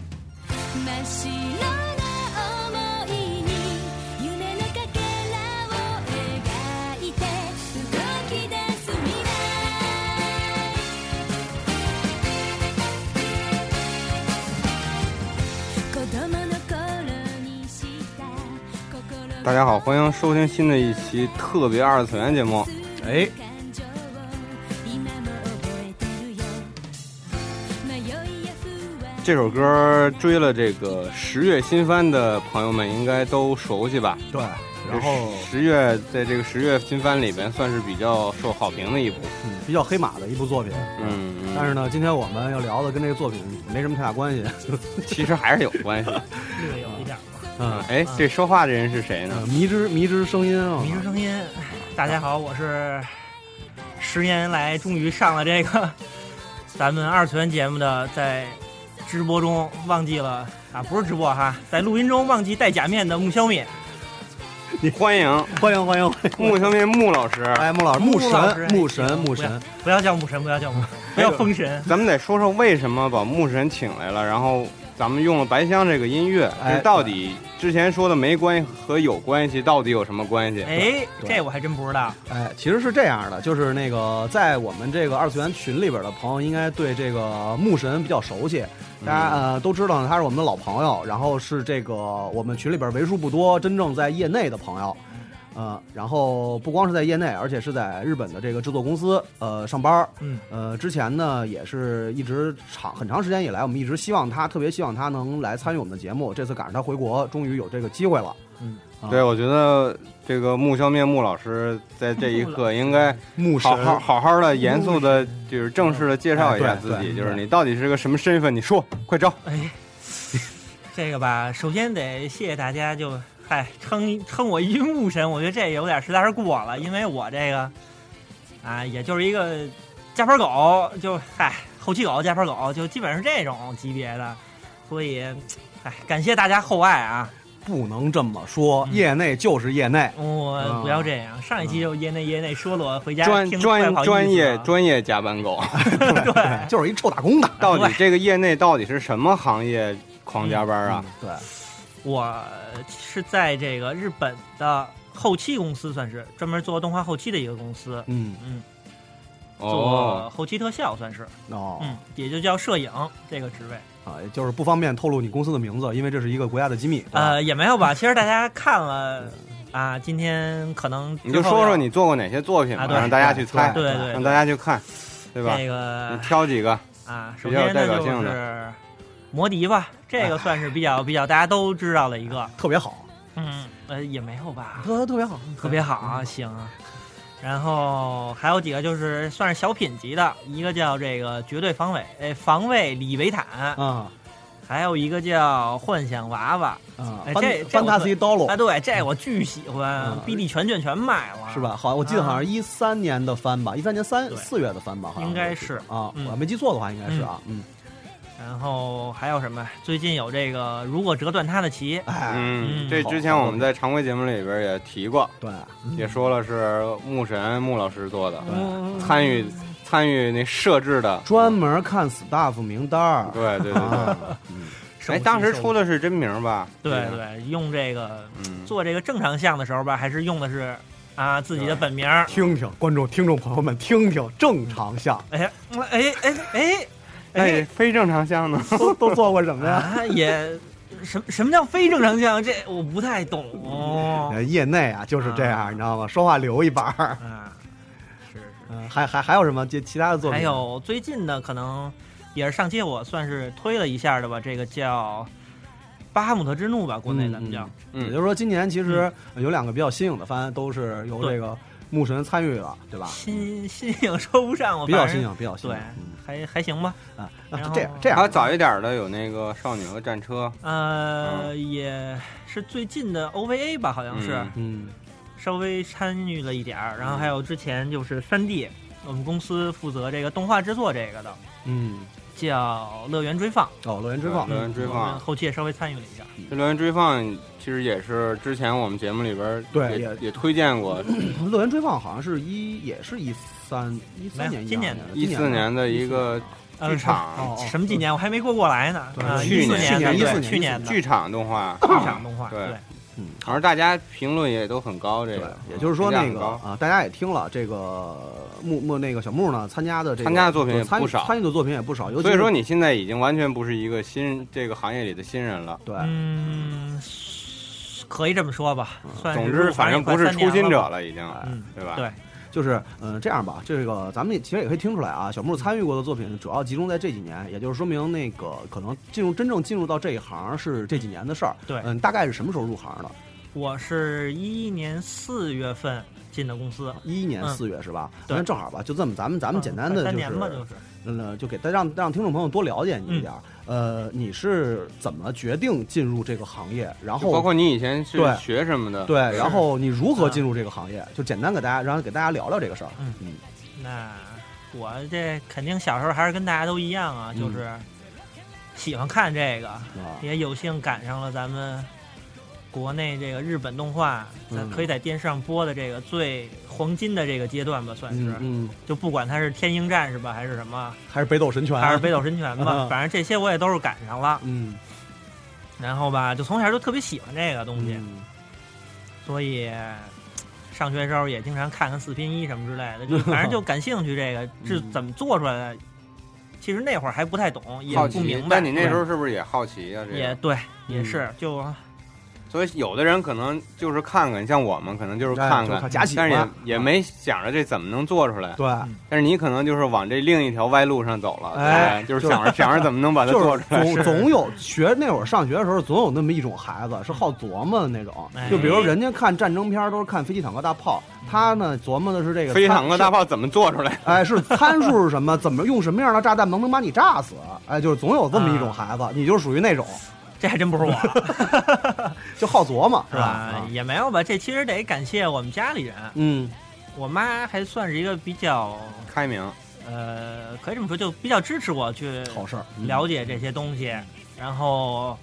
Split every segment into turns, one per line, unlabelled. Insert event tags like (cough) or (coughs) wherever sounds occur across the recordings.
真っ白な想いに夢のかけらを描いて動き出す未来子供の頃にした心の
大家好，欢迎收听新的一期特别二次元节目。
哎，
这首歌追了这个十月新番的朋友们应该都熟悉吧？
对，然后
这十月在这个十月新番里边算是比较受好评的一部。
嗯比较黑马的一部作品，
嗯，嗯
但是呢，今天我们要聊的跟这个作品没什么太大关系。
(laughs)
(laughs)
其实还是有关系。
略哎有一点儿吧。
嗯，
哎，这说话的人是谁
呃
呢？
迷之迷之声音啊，
迷之声音，大家好，我是十年来终于上了这 (laughs) 个咱们二次元节目的，在直播中忘记了啊，不是直播哈，在录音中忘记戴假面的木消灭，
嗯
欢迎
欢迎欢迎欢迎！
木小面木老
(laughs)
师。
哎，穆老师，木
穆老师
神，木神，木神，
不要叫木神，不要叫木神，不要封神。
咱们得说说为什么把木神请来了，然后咱们用了白香这个音乐，
哎
这到底之前说的没关系和有关系到底有什么关系？
哎，
对
这我还真不知道。
哎，其实是这样的，就是那个在我们这个二次元群里边的朋友，应该对这个木神比较熟悉，大家
嗯
呃都知道呢他是我们的老朋友，然后是这个我们群里边为数不多真正在业内的朋友，呃，然后不光是在业内，而且是在日本的这个制作公司呃上班儿，
嗯，
呃，之前呢也是一直长很长时间以来，我们一直希望他，特别希望他能来参与我们的节目，这次赶上他回国，终于有这个机会了，
嗯
啊，
对，我觉得这个木消灭木老师在这一刻应该
木神
好好好好的、严肃的，就是正式的介绍一下
哎对
自己，
对
就是你到底是个什么身份？你说，快招！
哎，这个吧，首先得谢谢大家就，嗨，称称我一句木神，我觉得这有点实在是过了，因为我这个啊，也就是一个加班狗，就嗨，后期狗、加班狗，就基本上是这种级别的，所以，哎，感谢大家厚爱啊！
不能这么说，
嗯
业内就是业内。
我不要这样，上一期就业内业内说了，我回家
嗯专
听
专
不太好意思啊
专业
了
专业加班
(laughs)
狗，
对，
就是一臭打工的。
到底这个业内到底是什么行业狂加班
嗯
啊？
对，
我是在这个日本的后期公司，算是专门做动画后期的一个公司，
嗯，
嗯。做
哦，
后期特效算是，
哦，
嗯，也就叫摄影这个职位，
啊，就是不方便透露你公司的名字，因为这是一个国家的机密。对吧，
呃，也没有吧。其实大家看了啊，今天可能
你就
之后
说
要
说你做过哪些作品吧，
啊对
让大家去猜，
对对
让大家去看，对吧？
这
你
个
挑几个？
啊，首
比较有
先
代
呢
表
就
性的
是摩笛吧，这个算是比
(laughs)
较比较大家都知道的一个，
特别好，
嗯，呃，也没有吧，
特特别好，
特别好
(laughs)
啊，行啊。然后还有几个就是算是小品级的，一个叫这个绝对防卫，哎，防卫李维坦，
啊
还有一个叫幻想娃娃，
啊
哎这这我
，Fantasy Dollar
啊，对，这我巨喜欢
哦嗯
，B D 全卷全买了，
是？吧？好，我记得好像一三年的番吧，一三年三
啊对
四月的番吧，好像
应该是
啊，
嗯
我要没记错的话，应该是啊，嗯，
然后还有什么？最近有这个，如果折断他的旗，
哎，
嗯，
嗯
这之前我们在常规节目里边也提过，
对，
也说了是木神木老师做的，
嗯
参与参与那设置的
专门看 staff 名单儿，
对对对对。
啊，
哎，当时出
的
的是真名吧？
对
吧，
对，用这个
嗯，
做这个正常项的时候吧，还是用的是啊自己的本名儿。
听听观众、听众朋友们，听听正常项
哎呀，哎哎哎
哎，
哎
非正常
(laughs)
项呢？
都都做过什么
哎 (laughs)
呀？
啊也。什什么叫非正常项？这我不太懂
呃业内啊就是这样，
哦啊
你知道吗？说话留一板儿。
啊。是是。
嗯，还还还有什么其其他的作品？
还有最近的可能也是上期我算是推了一下的吧，这个叫《巴哈姆特之怒》吧，国内咱们叫。
嗯也就
嗯，
是说，今年其实呃有两个比较新颖的番都是由这个牧神参与了，对吧？
新新颖说不上，我
比较
哦反
新
正
颖，比较新颖
对，还还行吧。
嗯啊。那
然后
这样这
还有
样，
早一点的有那个少女和战车，
嗯
呃，也是最近的 OVA 吧，好像是、
嗯
嗯，
稍微参与了一点儿。然后还有之前就是三 D，我们公司负责这个动画制作这个的，
嗯，
叫《乐园追放》，
哦，乐园追放
乐，园追
我们
放，
后期也稍微参与了一下。
这乐园追放其实也是之前我们节目里边
对
也
也
也推荐
(laughs)
过
嗯
乐园追放好像是一也是一三一
没
三
有
年，
今
年
年的
一四年的一个啊
嗯
剧场
哦哦
什么几年我还没过过来呢，
对
啊，
去
14
年
年的
去年
对
14
去年的
剧场动画，
剧场动画，
对
对，
好像大家评论也都很高，这
对
个，
也就是说
评价
那
很
个
高
啊，大家也听了这个木木那个小木呢，参加的这个
参加的作品也
参
不少
参与的作品也不少，尤其
所以
是
说你现在已经完全不是一个新这个行业里的新人了。
对
嗯，可以这么说吧，算是
嗯总之，反正不是初心者了，已经，
嗯，
对吧？
对，
就是嗯、呃这样吧，这个咱们其实也可以听出来啊，小木参与过的作品主要集中在这几年，也就是说明那个可能进入真正进入到这一行是这几年的事儿。
对
嗯，大概是什么时候入行的？
我是一一年四月份进的公司，
一一年
嗯
四月是吧？
对
那正好吧，就这么咱们咱们简单的
嗯
就
三
是
年吧，就是
嗯，就给大让让听众朋友多了解你一点儿。
嗯
呃，你是怎么决定进入这个行业？然
就包
后
括你以前是
对
学什么的，
对，然后你如何进入这个行业？就简单给大家，然后给大家聊聊这个事儿。
嗯那我这肯定小时候还是跟大家都一样啊，
嗯
就是喜欢看这个，
啊，
也有幸赶上了咱们国内这个日本动画，
嗯
可以在电视上播的这个最黄金的这个阶段吧，算是
嗯。嗯，
就不管它是天鹰战士吧，还是什么，
还是北斗神拳，
还是北斗神拳吧，
嗯
反正这些我也都是赶上了。
嗯，
然后吧，就从小就特别喜欢这个东西，
嗯
所以呃上学时候也经常看看四拼一什么之类的，
(laughs)
就反正就感兴趣
嗯
这个是怎么做出来的。其实那会儿还不太懂，也
好
不
奇
明。白。
但你那时候
嗯
是不是也好奇啊？
对
这
也
个，
对，也是就
所以有的人可能就是看看，像我们可能就是看
哎就
看，
假喜
但是
欢
也也没想着这怎么能做出来。
对。
但是你可能就是往这另一条歪路上走了，
哎
对就是
就是
想
(laughs)
着想着怎么能把它
就
做
是
出来。
总总有学那会儿上学的时候，总有那么一种孩子是好琢磨的那种。
哎
就比如人家看战争片儿都是看飞机、坦克、大炮，他呢琢磨的是这个
飞机
参
坦克大炮怎么做出来？
哎，是参数是什么？怎么用什么样的炸弹能能把你炸死？哎，就是总有这么一
啊
种孩子，你就属于那种
这还
(laughs)
真不是我，
就好琢磨，是吧？
啊
啊
也没有吧。这其实得感谢我们家里人，
嗯
我妈还算是一个比较
开明，
呃，可以这么说，就比较支持我去
好事儿，嗯
了解这些东西。然后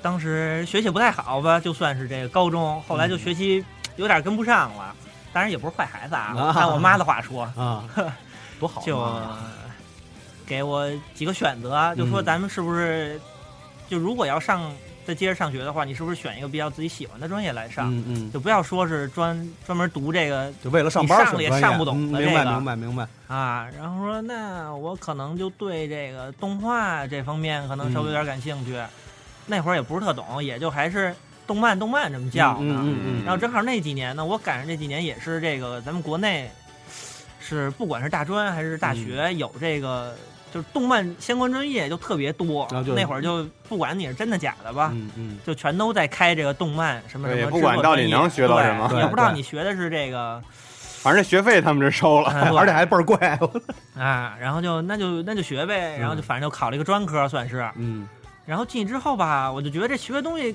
当时学习不太好吧，就算是这个高中，后
嗯
来就学习有点跟不上了。当然也不是坏孩子啊
啊，
按我妈的话说， (laughs)
啊，多好
就
嘛
给我几个选择，就说
嗯
咱们是不是就如果要上再接着上学的话，你是不是选一个比较自己喜欢的专业来上？
嗯嗯，
就不要说是专专门读这个
就为了上班儿
你上了也
选专业
上不懂
嗯
的
明白
这个
明白明白，
啊，然后说那我可能就对这个动画这方面可能稍微
嗯
有点感兴趣，那会儿也不是特懂，也就还是动漫动漫这么叫呢。啊
嗯嗯嗯
然后正好那几年呢，我赶上这几年也是这个咱们国内是不管是大专还是大学、
嗯
有这个就是动漫相关专业就特别多，
啊就
那会儿就不管你是真的假的吧。
嗯嗯
就全都在开这个动漫什么什
对也
么，
不管到底能学到什么
也不知道
对
你学的是这
(laughs)
个，
反正学费他们是收了。
嗯
而且还倍儿贵，
(laughs) 啊，然后就那就那就学呗，然后就
嗯
反正就考了一个专科算是，
嗯
然后进去之后吧，我就觉得这学的东西，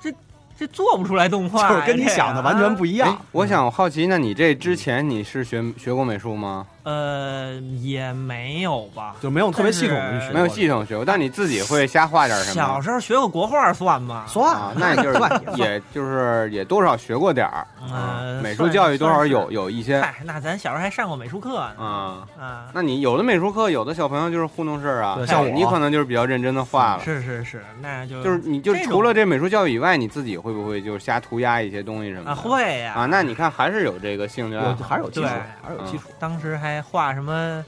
这这做不出来动画
就
呀，
是跟你想的完全不
一
一
哎
样。，
我想我好奇，那你这
嗯
之前你是学学过美术吗？
呃也没有吧，
就没有特别系统
但
的
是
去学，
没有系统学过，但你自己会瞎画点什么？
小时候学过国画算吗？
啊
算，
那也就是
算也算
也就是也多少学过点儿。
啊
啊
呃，
美术教育多少
算是
有有一些
嗨，那咱小时候还上过美术课呢
啊。
啊，
那你有的美术课，有的小朋友就是糊弄事儿啊
对，
像
像我
你可能就是比较认真的画了。
是是是，那就
就是你就
这种
除了这美术教育以外，你自己会不会就是瞎涂鸦一些东西什么
啊
的？
会呀
啊，那你看还是有这个兴趣啊爱
有
好。
还是有基础，
对
还是有基础。
当时还画什么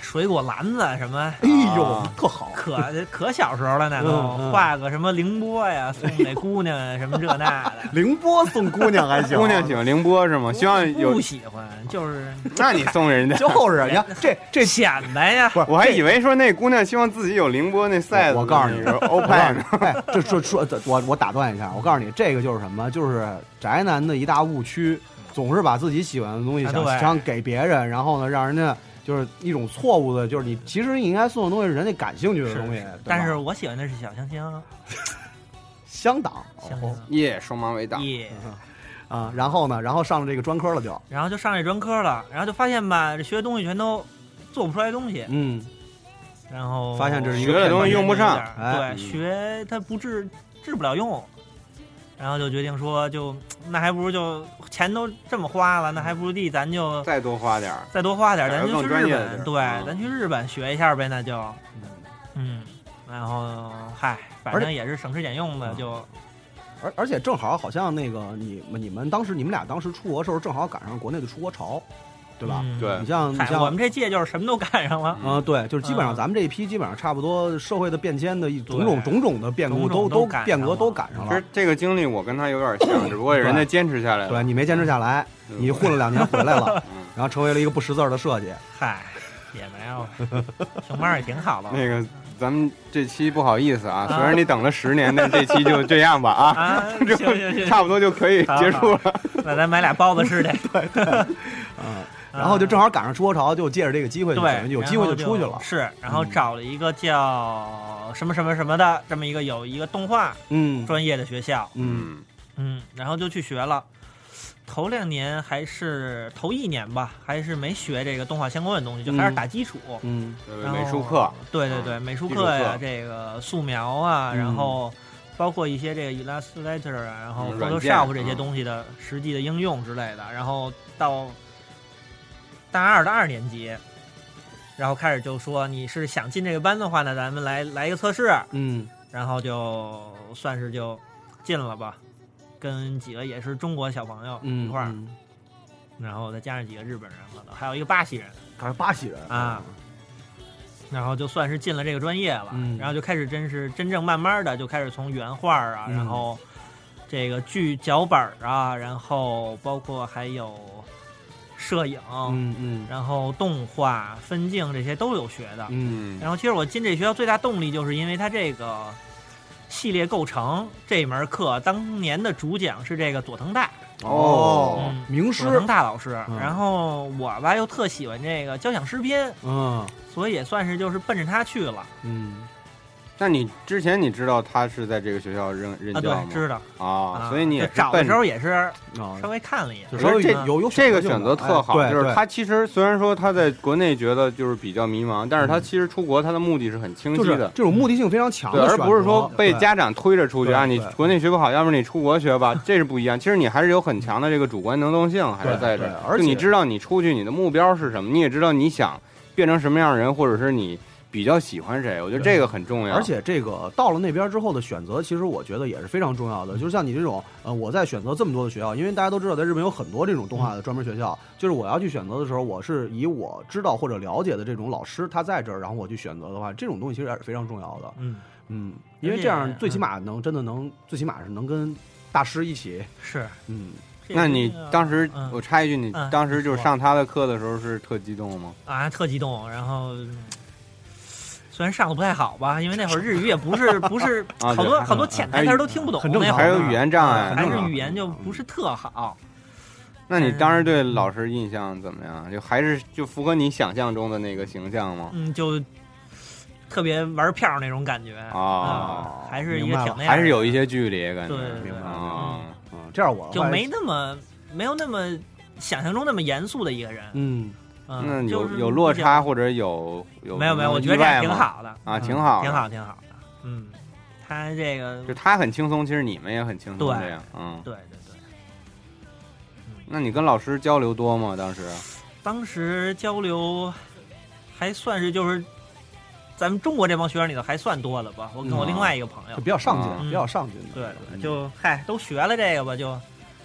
水果篮子什么。
哎呦
啊，
特好，
可 (laughs) 可小时候了呢，都
嗯嗯。
画个什么凌波呀，送给姑娘啊，什么这那的
凌波送姑娘还
(laughs)
行，。
姑娘喜欢凌波是吗？希望有
不，喜欢，就是
那你送人家
就是你看这这
显摆呀。
不是
我还
这
以为说那姑娘希望自己有凌波那赛
我我告诉你
是 OPEN 呢。
哎，这说说，这我我打断一下，我告诉你，这个就是什么？就是宅男的一大误区，总是把自己喜欢的东西
啊
想
对
想给别人，然后呢，让人家就是一种错误的，就是你其实你应该送的东西是人家感兴趣的东西，对吧
但是我喜欢的是小香香，
相当
香
哦
香
耶，双马尾党。
耶。
(laughs) 啊。然后呢，然后上了这个专科了就，
然后就上这专科了，然后就发现吧，这学的东西全都做不出来东西。
嗯，
然后
发现这是一嗯
个学的东西用不上
对，
哎
学它不治，治不了用。然后就决定说就那还不如就钱都这么花了，那还不如地咱就
再多花点儿。
再多花点儿，
找
咱
个
就
更
去
专
日
业的地
本，
儿
对，
啊
嗯
咱去日本学一下呗，那就嗯，然后嗨，反
而且嗯
正也是省吃俭用的，就
而而且正好好像那个你们你们当时你们俩当时出国的时候，正好赶上国内的出国潮，对吧？
嗯
对
你像你
嗨，
像
我们这届就是什么都赶上了，
呃，对，就是基本上
嗯
咱们这一批基本上差不多社会的变迁的一种种
对
种种的变故
种种
都
都赶
变
上
革
了
都赶上
其
了
实。这个经历我跟他有点
(coughs)
像，只不过人家坚持下来
对
了。
你没坚持下来，
嗯
对
你混了两年回来
(laughs)
了
嗯，
然后成为了一个不识字儿的设计。
嗨，也没有，熊猫也挺
(laughs)
好的
那个，咱们这期不好意思啊，虽然你等了十年，但这期就这样吧啊，
啊， (laughs)
(laughs)
行行行，
差不多就可以结束了。
那咱买俩包子
(laughs)
吃去。
嗯，然后就正好赶上出国潮，就借着这个机会就等
对，
于有机会
然后
出去了。嗯
是，然后找了一个叫什么什么什么的这么一个有一个动画
嗯
专业的学校，
嗯，
嗯，然后就去学了。头两年还是头一年吧，还是没学这个动画相关的东西，就还是打基础。
嗯
呃
然后
美术课，，啊
对对对，美术
基础
课呀、
课
这个素描啊，然
嗯
后包括一些这个 Illustrator 啊，然后
嗯软件
Photoshop 这些
嗯
东西的实际的应用之类的。然后到大二的二年级，然后开始就说你是想进这个班的话呢，咱们来来一个测试，
嗯
然后就算是就进了吧，跟几个也是中国小朋友
嗯
一块儿，
嗯
然后再加上几个日本人可能还有一个巴西人。
还是巴西人
啊，然后就算是进了这个专业了，
嗯
然后就开始真是真正慢慢的就开始从原画啊，
嗯
然后这个剧脚本啊，然后包括还有摄影，
嗯嗯
然后动画、分镜这些都有学的。
嗯
嗯，
然后其实我进这学校最大动力就是因为它这个系列构成这门课当年的主讲是这个佐藤大，
哦
嗯，
名
佐
师
藤，大老师，
嗯
然后我吧又特喜欢这个交响诗篇，
嗯
所以也算是就是奔着他去了。
嗯
那你之前你知道他是在这个学校任任教
啊，对，
吗？
知道
啊，所以你
就
也是
找的
奔嗯
时候也是
啊
稍微看了一眼
就，
是
稍微
这
有有
这个
选
选
择
择
性的
特好，
哎对
就是
对
他其实虽然说他在国内觉得就是比较迷茫，但是他其实出国他的目的是很清
就是
晰的。
这种目的性非常强
对，
的
而
选择，
不是说被
对
家长推着出去啊，
对
你
对
国内学不好，要不然你出国学吧，这是不一样。其实你还是有很强的这个主观能动性，还是
对
在这
对
儿。
而
就
且
你知道你出去你的目标是什么，你也知道你想变成什么样的人，或者是你比较喜欢谁，我觉得
对
这个很重要。
而且这个到了那边之后的选择，其实我觉得也是非常重要的。就像你这种，呃，我在选择这么多的学校，因为大家都知道，在日本有很多这种动画的专门学校。就是我要去选择的时候，我是以我知道或者了解的这种老师他在这儿，然后我去选择的话，这种东西其实也是非常重要的。
嗯，
嗯，因为
而且嗯
这样最起码能真的能，最起码是能跟大师一起，
是。
嗯，
那你当时
嗯
我插一句，你
嗯
当时就是
你说
上他的课的时候是特激动吗？
啊特激动，然后嗯虽然上的不太好吧，因为那会儿日语也不是不是
啊对
好多
还
好多潜台词儿都听不懂，
很正
那
常
会
还
儿
有语言障
很
碍，
还
正
是
常
语
嗯
言就不是特好。
那你当时对老师印象怎么样？就还是就符合你想象中的那个形象吗？
嗯，就特别玩票那种感觉
哦
啊还是一个挺那样的
还是有一些距离感觉
对对
明
对
白，
啊。
嗯，这样我
就
后来
没那么没有那么想象中那么严肃的一个人。
嗯
嗯，
那
就
有
是
有落
比较
差或者有有
没有没有，我觉得
意
这
外
样挺
吗。
好的
啊
嗯
挺好的
挺好，挺好的。嗯，他这个
就他很轻松，其实你们也很轻松，
对
这样嗯。
对对对，
那你跟老师交流多吗？当时
当时交流还算是就是咱们中国这帮学生里头还算多的吧。我跟我
嗯
另外一个朋友
就，比较上进，
啊
比较上进的，
哎对
嗯
对，就嗨，都学了这个吧，就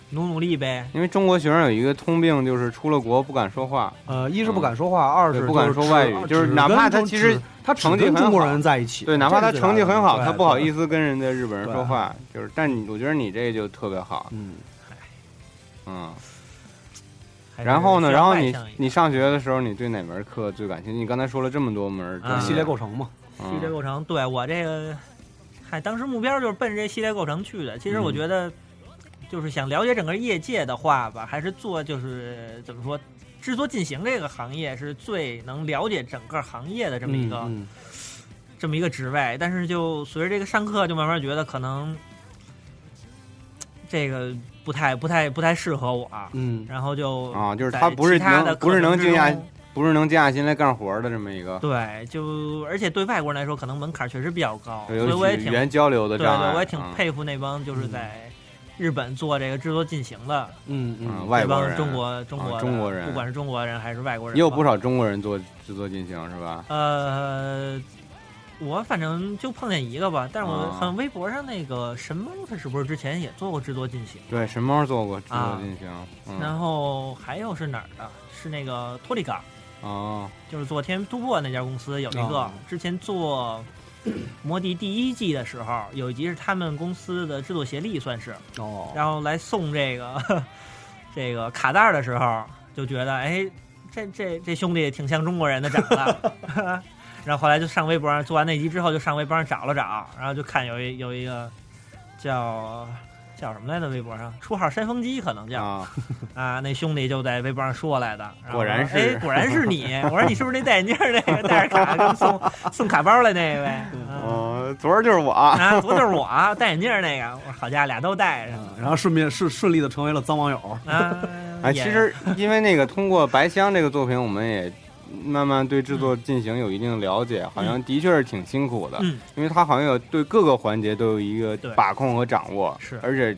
努努力呗。
因为中国学生有一个通病，就是出了国不敢说话，
呃，一是不敢说话，二
嗯
是
对不敢
就是
说外语
只
就是
只
哪怕
跟
他
中
其实
只他只
成绩
跟
很
中国
好
人在一起，
对，哪怕他成绩很好，他不好意
思。
思跟人家日本人
对
说话，就是，但你我觉得你这就特别好，
嗯，
嗯。
还是
然后呢，
比
然
较
后
哎外
你
向一点
你上学的时候，你对哪门课最感兴趣？你刚才说了这么多门儿，
嗯
专业
系列构成嘛，
嗯
系列构成，对我这个，嗨，当时目标就是奔着这系列构成去的。其实我
嗯
觉得，就是想了解整个业界的话吧，还是做就是怎么说，制作进行这个行业是最能了解整个行业的这么一个、
嗯
这么一个职位。但是就随着这个上课，就慢慢觉得可能这个不太不太不太适合我，啊
嗯，
然后就
啊，就是
在
他不是
其他的
能
课
不是能啊
程之
静下
中
不是能静下心来干活儿的这么一个，
对，就而且对外国人来说，可能门槛确实比较高，所以
有
我也
语
挺
言交流的
对
障碍，
对，我也挺
啊嗯
佩服那帮就是在日本做这个制作进行的
嗯
啊，
嗯，
外
这
国
帮
人、
中国中国的、
中国人
不管是中国人还是外国人吧，
也有不少中国人做制作进行是吧？
呃，我反正就碰见一个吧，但是我
啊
看微博上那个神猫，他是不是之前也做过制作进行？
对，神猫做过制作
啊
进行，
然
嗯，
后还有是哪儿的？是那个托里嘎，
哦，
就是做《天突破》那家公司有一个
啊，
之前做《魔笛》第一季的时候，有一集是他们公司的制作协力算是，
哦，
然后来送这个 (laughs) 这个卡带儿的时候，就觉得哎，这这这兄弟挺像中国人的长得。 (laughs) 然后后来就上微博上做完那集之后，就上微博上找了找，然后就看有一有一个叫叫什么来着，微博上出号山峰鸡可能叫 (laughs)
啊，
啊，那兄弟就在微博上说来的，然后
果然是
哎，果然是你。我说你是不是那戴眼镜儿那个带着卡跟送送卡包来那位？啊
哦，昨儿就是我，
啊，不就是我戴眼镜儿那个？我说好家伙，俩都戴上
嗯然后顺便顺顺利的成为了脏网友，
啊。
哎，
也
其实因为那个通过白香这个作品，我们也慢慢对制作进行有一定了解，好像的确是挺辛苦的，
嗯
因为它好像有对各个环节都有一个
对
把控和掌握，
是
而且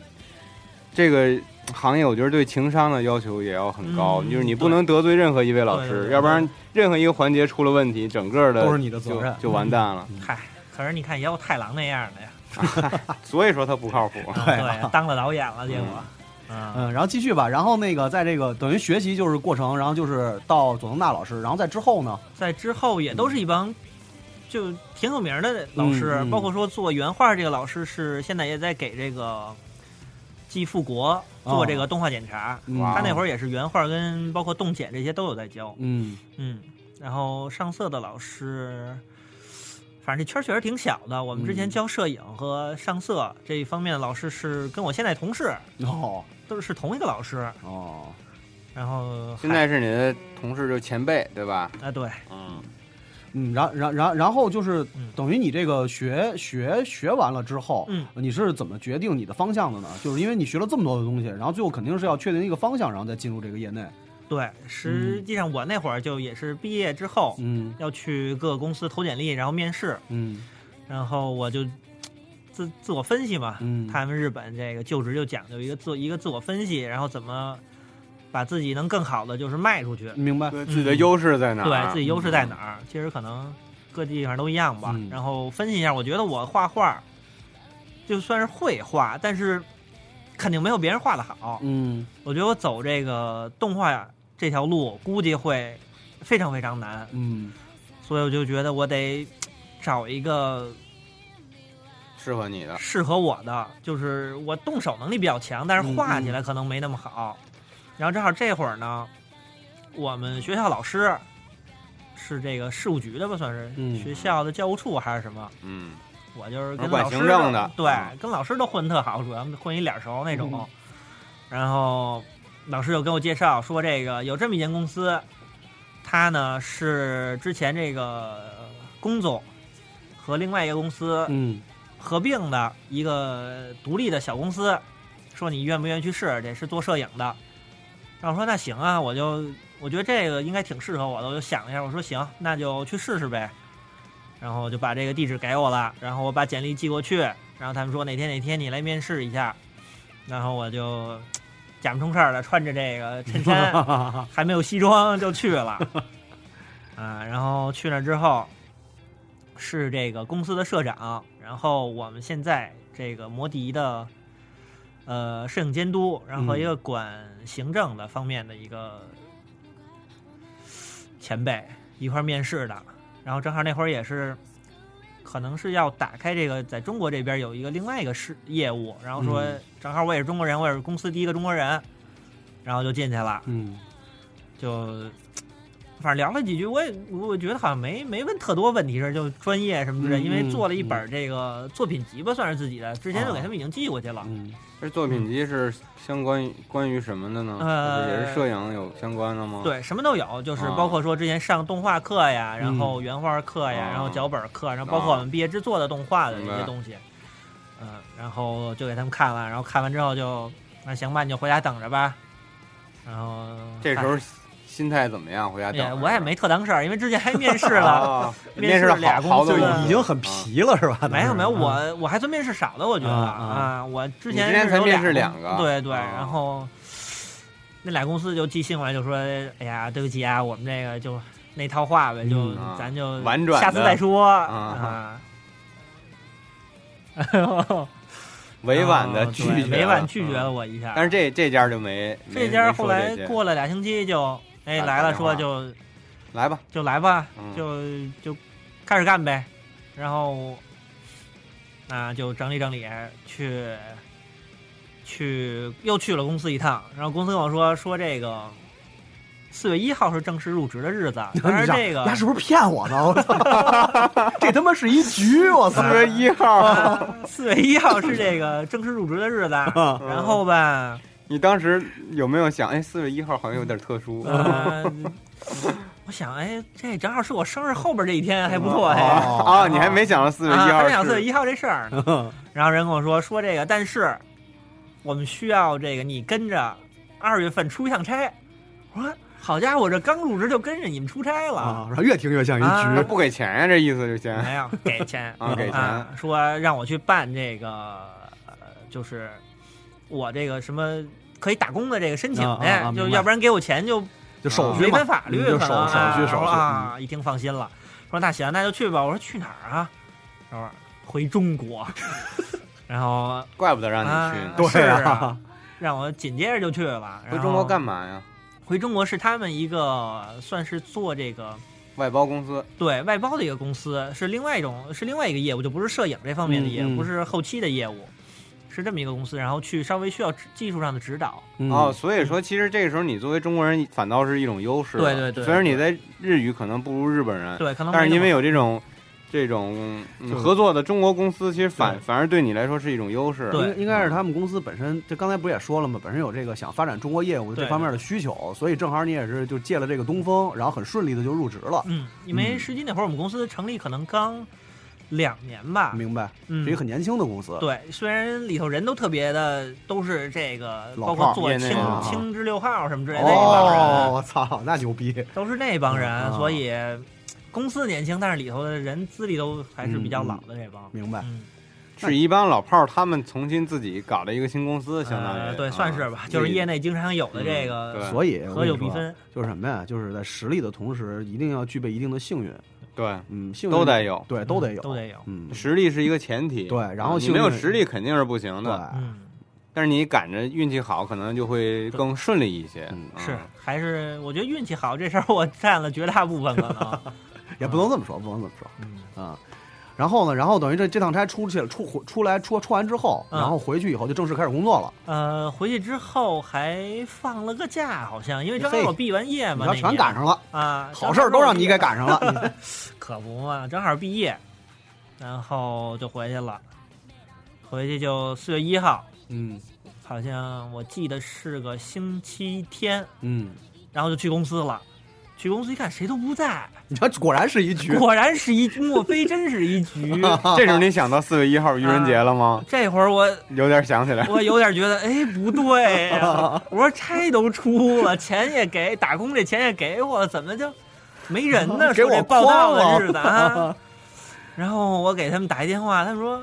这个行业我觉得对情商的要求也要很高，
嗯
就是你不能得罪任何一位老
对对
师，
对
要不然任何一个环节出了问题，整个的
都是你的责
就
任。
就完蛋
(laughs)
了。
嗨，可是你看也有太郎那样的呀，
所以说他不靠谱。
啊
对
对，当了导演了，结果，嗯，
嗯，然后继续吧。然后那个，在这个等于学习就是过程，然后就是到佐藤大老师，然后在之后呢，
在之后也都是一帮就挺有名的老师
嗯嗯，
包括说做原画这个老师是现在也在给这个季富国
哦
做这个动画检查，
嗯
哇
他那会
儿，
儿也是原画跟包括动检这些都有在教，
嗯
嗯，然后上色的老师，反正这圈儿确实挺小的。我们之前
嗯
教摄影和上色这一方面的老师是跟我现在同事，
哦
都是同一个老师。
哦，
然后
现在是你的同事，就是前辈，对吧？
啊，对，
嗯，
嗯，然然然然后就是
嗯
等于你这个学学学完了之后，
嗯，
你是怎么决定你的方向的呢？就是因为你学了这么多的东西，然后最后肯定是要确定一个方向，然后再进入这个业内。
对，实际上我那会儿就也是毕业之后、
嗯
要去各个公司投简历，然后面试，
嗯
然后我就自自我分析嘛，
嗯，
他们日本这个就职就讲究一个自一个自我分析，然后怎么把自己能更好的就是卖出去。
明白。
对自己的优势在哪儿？啊
对自己优势在哪儿？其实可能各地方都一样吧。
嗯
然后分析一下，我觉得我画画就算是会画，但是肯定没有别人画的好。
嗯
我觉得我走这个动画这条路，估计会非常非常难，
嗯
所以我就觉得我得找一个
适合你的。
适合我的，就是我动手能力比较强，但是画起
嗯
来可能没那么好。然后正好这会儿呢，我们学校老师是这个事务局的吧，算是、
嗯
学校的教务处还是什么？
嗯，
我就是跟
管
老师
行政的
对
嗯，
跟老师都混特好，主要混一脸熟那种。
嗯
然后老师就跟我介绍说，这个有这么一间公司，它呢是之前这个工总和另外一个公司
嗯
合并的一个独立的小公司，说你愿不愿意去试？这是做摄影的。然后我说那行啊，我就我觉得这个应该挺适合我的，我就想了一下，我说行，那就去试试呗。然后就把这个地址给我了，然后我把简历寄过去，然后他们说哪天哪天你来面试一下，然后我就呃假模充事儿的穿着这个衬衫，还没有西装 (laughs) 就去了，啊，然后去那之后是这个公司的社长，然后我们现在这个摩迪的呃摄影监督，然后一个管行政的方面的一个前辈一块儿面试的，然后正好那会儿也是。可能是要打开这个，在中国这边有一个另外一个事业务，然后说
嗯
正好我也是中国人，我也是公司第一个中国人，然后就进去了。
嗯
就反正聊了几句，我也我觉得好像没没问特多问题是就专业什么之类，
嗯
因为做了一
嗯哦
本这个作品集吧，算是自己的，之前就给他们已经寄过去了。
嗯，
这作品集是相关于关于什么的呢？
呃
就是也是摄影有相关的吗？，
对，什么都有，就是
啊
包括说之前上动画课呀，然后原画课呀，
啊
然后脚本课，然后包括我们毕业制作的动画的这
哦明白
些东西，嗯、然后就给他们看了，然后看完之后就那行吧，你就回家等着吧。然后
这时
哎
候心态怎么样？回家等
也
着
我也没特当事儿，因为之前还
(laughs)
面试了。 (laughs)
啊面
面
试
试
了
俩
好好
公
多
司
公司，
的
已经很皮了是吧？
没有没有，
当时嗯啊
我我还算面试少的，我觉得
啊啊
啊，我之
你
前
之前
是
才
有
面试
俩公
两个
对对，
啊
然后那俩公司就寄信过来，就说，哎呀，对不起啊，我们这个就那套话呗，就
嗯
啊
咱就
婉转
下次
的
再说
啊
啊。
(laughs)
然后
委婉的
啊对
拒绝了，
委婉拒绝了
嗯。
我一下。
但是这这家就没，没
这家
没说
后来
这些
过了俩星期就，哎
打
来
打
了，
电话
说就
来吧，
就来吧，
嗯
就就开始干呗，然后啊就整理整理，去去又去了公司一趟，然后公司跟我说说这个四月一号是正式入职的日子，但
(laughs)
是
你想
这个
丫是不是骗我呢？我操， (laughs) 这他妈是一局！我操
啊
四！月一号，
呃四、月一号是这个正式入职的日
(laughs)
子，
啊
然后吧，
(laughs) 你当时有没有想，哎，四月一号好像有点特殊，
呃， (laughs) 我想哎这正好是我生日后边这一天，还不错哎。
哦
啊，你还没想到四月一
啊，
号
还
是，
没想四月一号这事儿呢。
(laughs)
然后人跟我说说这个，但是我们需要这个你跟着二月份出一趟差。我说好家伙，这刚入职就跟着你们出差了，
啊，然后越听越像一
啊
那
局。
不给钱呀，这意思就先
没有给钱
啊给钱
啊，说让我去办这个，呃就是我这个什么。可以打工的这个申请
啊
去，
啊啊明白
就要不然给我钱就
就手续
违
嘛嗯
反法律，
就
可
手
能
手
啊
续手
我说
续嗯。
啊，一听放心了，说那行那就去吧。我说去哪儿啊？他说回中国， (laughs) 然后
怪不得让你去
啊
呢，
对啊
是啊， (laughs) 让我紧接着就去了。
回中国干
嘛？
嘛呀？
回中国是他们一个算是做这个
外包公司，
对外包的一个公司，是另外一种是另外一个业务，就不是摄影这方面的业务，
嗯嗯
不是后期的业务，是这么一个公司，然后去稍微需要技术上的指导。
嗯啊
哦，，所以说其实这个时候你作为中国人反倒是一种优势了，
对对对
虽然你在日语可能不如日本人，
对，可能
但是
没那
因
么
为有这种这种、嗯
就是
合作的中国公司，其实反
对
反而对你来说是一种优势。
对嗯
应应该是他们公司本身，这刚才不是也说了吗？本身有这个想发展中国业务
对
这方面的需求，所以正好你也是就借了这个东风，然后很顺利的就入职了。
嗯，因为
嗯
实际那会儿我们公司成立可能刚两年吧，
明白，
嗯
是一个，很年轻的公司。
对，虽然里头人都特别的，都是这个，
老炮
包括
儿
做
业内
青
老
炮儿
青之六号什么之类的那帮人。啊
哦，我操，那牛逼！
都是那帮人，
嗯啊
所以公司年轻，但是里头的人资历都还是比较老的这帮。
明白，
嗯，
是一帮老炮儿，他们重新自己搞了一个新公司，相当于、
呃对，
啊
算是吧，就是业内经常有的这个
嗯
所以我
合
跟
久
你
必
说，
分。
就是什么呀？就是在实力的同时，一定要具备一定的幸运。
对
嗯，幸运
都得有
对，都得
嗯
有，
都得有。
嗯，
实力是一个前提。
对然
啊
后
你
幸运
没有实力肯定是不行
对
的，，
嗯，
但是你赶着运气好，可能就会更顺利一些。
嗯
啊
是，还是我觉得运气好这事儿，我占了绝大部分可
(laughs)
能。
也不能这么说，不能这么
嗯
说啊。然后呢，然后等于这这趟差出去了，出回出来出出完之后，
嗯
然后回去以后就正式开始工作了。
呃，回去之后还放了个假，好像因为正好
嘿
我毕完业
你
嘛，
要
那
全
年
赶上了，
啊，
好事儿都让你给赶上 (laughs) 了。嗯
可不嘛，正好毕业，然后就回去了。回去就四月一号，
嗯
好像我记得是个星期天，
嗯，
然后就去公司了。去公司一看，谁都不在，
你看，果然是一局。
果然是一，莫非真是
(laughs)
一局？
这时候你想到四月一号愚人节了
(laughs)
吗？
这会儿我
有点想起来，
(laughs) 我有点觉得，哎，不对呀、 (laughs) 我说差都出了，钱也给，打工这钱也给我了，怎么就没人 (laughs) 呢？
给
说
我
这报道
诓
的
了
日子 (laughs) 啊。然后我给他们打一电话，他们说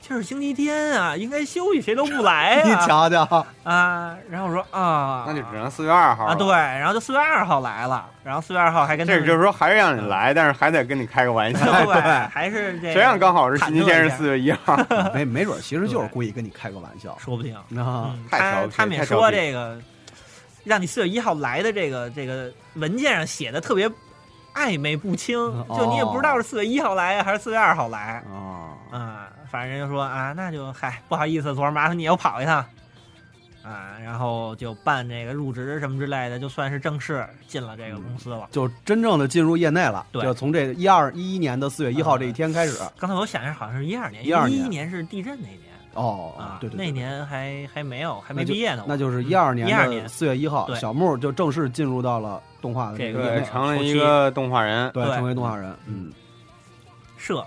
今儿星期天啊，应该休息，谁都不来 (laughs)
你
呀、
瞧瞧，
啊。然后我说啊，
那就只能四月二号了
啊，对，然后就四月二号来了，然后四月二号还跟他
这
们
就是说还是让你来，但是还得跟你开个玩笑。
对，
嗯对
还是
(laughs)
这
谁让刚好是星期天
忐忑一
是
下
四月一号？
没没准其实就是故意跟你开个玩笑。啊
说不定。
那
嗯，
太
他
调皮
他们也
太调
说
皮
这个，让你四月一号来的这个这个文件上写的特别暧昧不清，
嗯
就你也不知
哦
道是四月一号来啊还是四月二号来
啊，
啊。反正人就说啊，那就嗨，不好意思，昨儿麻烦你又跑一趟啊，然后就办这个入职什么之类的，就算是正式进了这个公司了。
就真正的进入业内了，
对嗯
就从这一二一一年的四月一号这一天开始。
刚才我想着好像是一二年，
12
一
年
年是地震那年
哦
啊，，
对对，对
那年还还没有还没
那就
毕业呢我，
那就是
嗯
一二
12
年
年
的四月一号，
对
小木就正式进入到了动画的这个业
这
(laughs)
个
对，
内，
成了一个动画人。
对，
对
成为动画人。嗯，
社，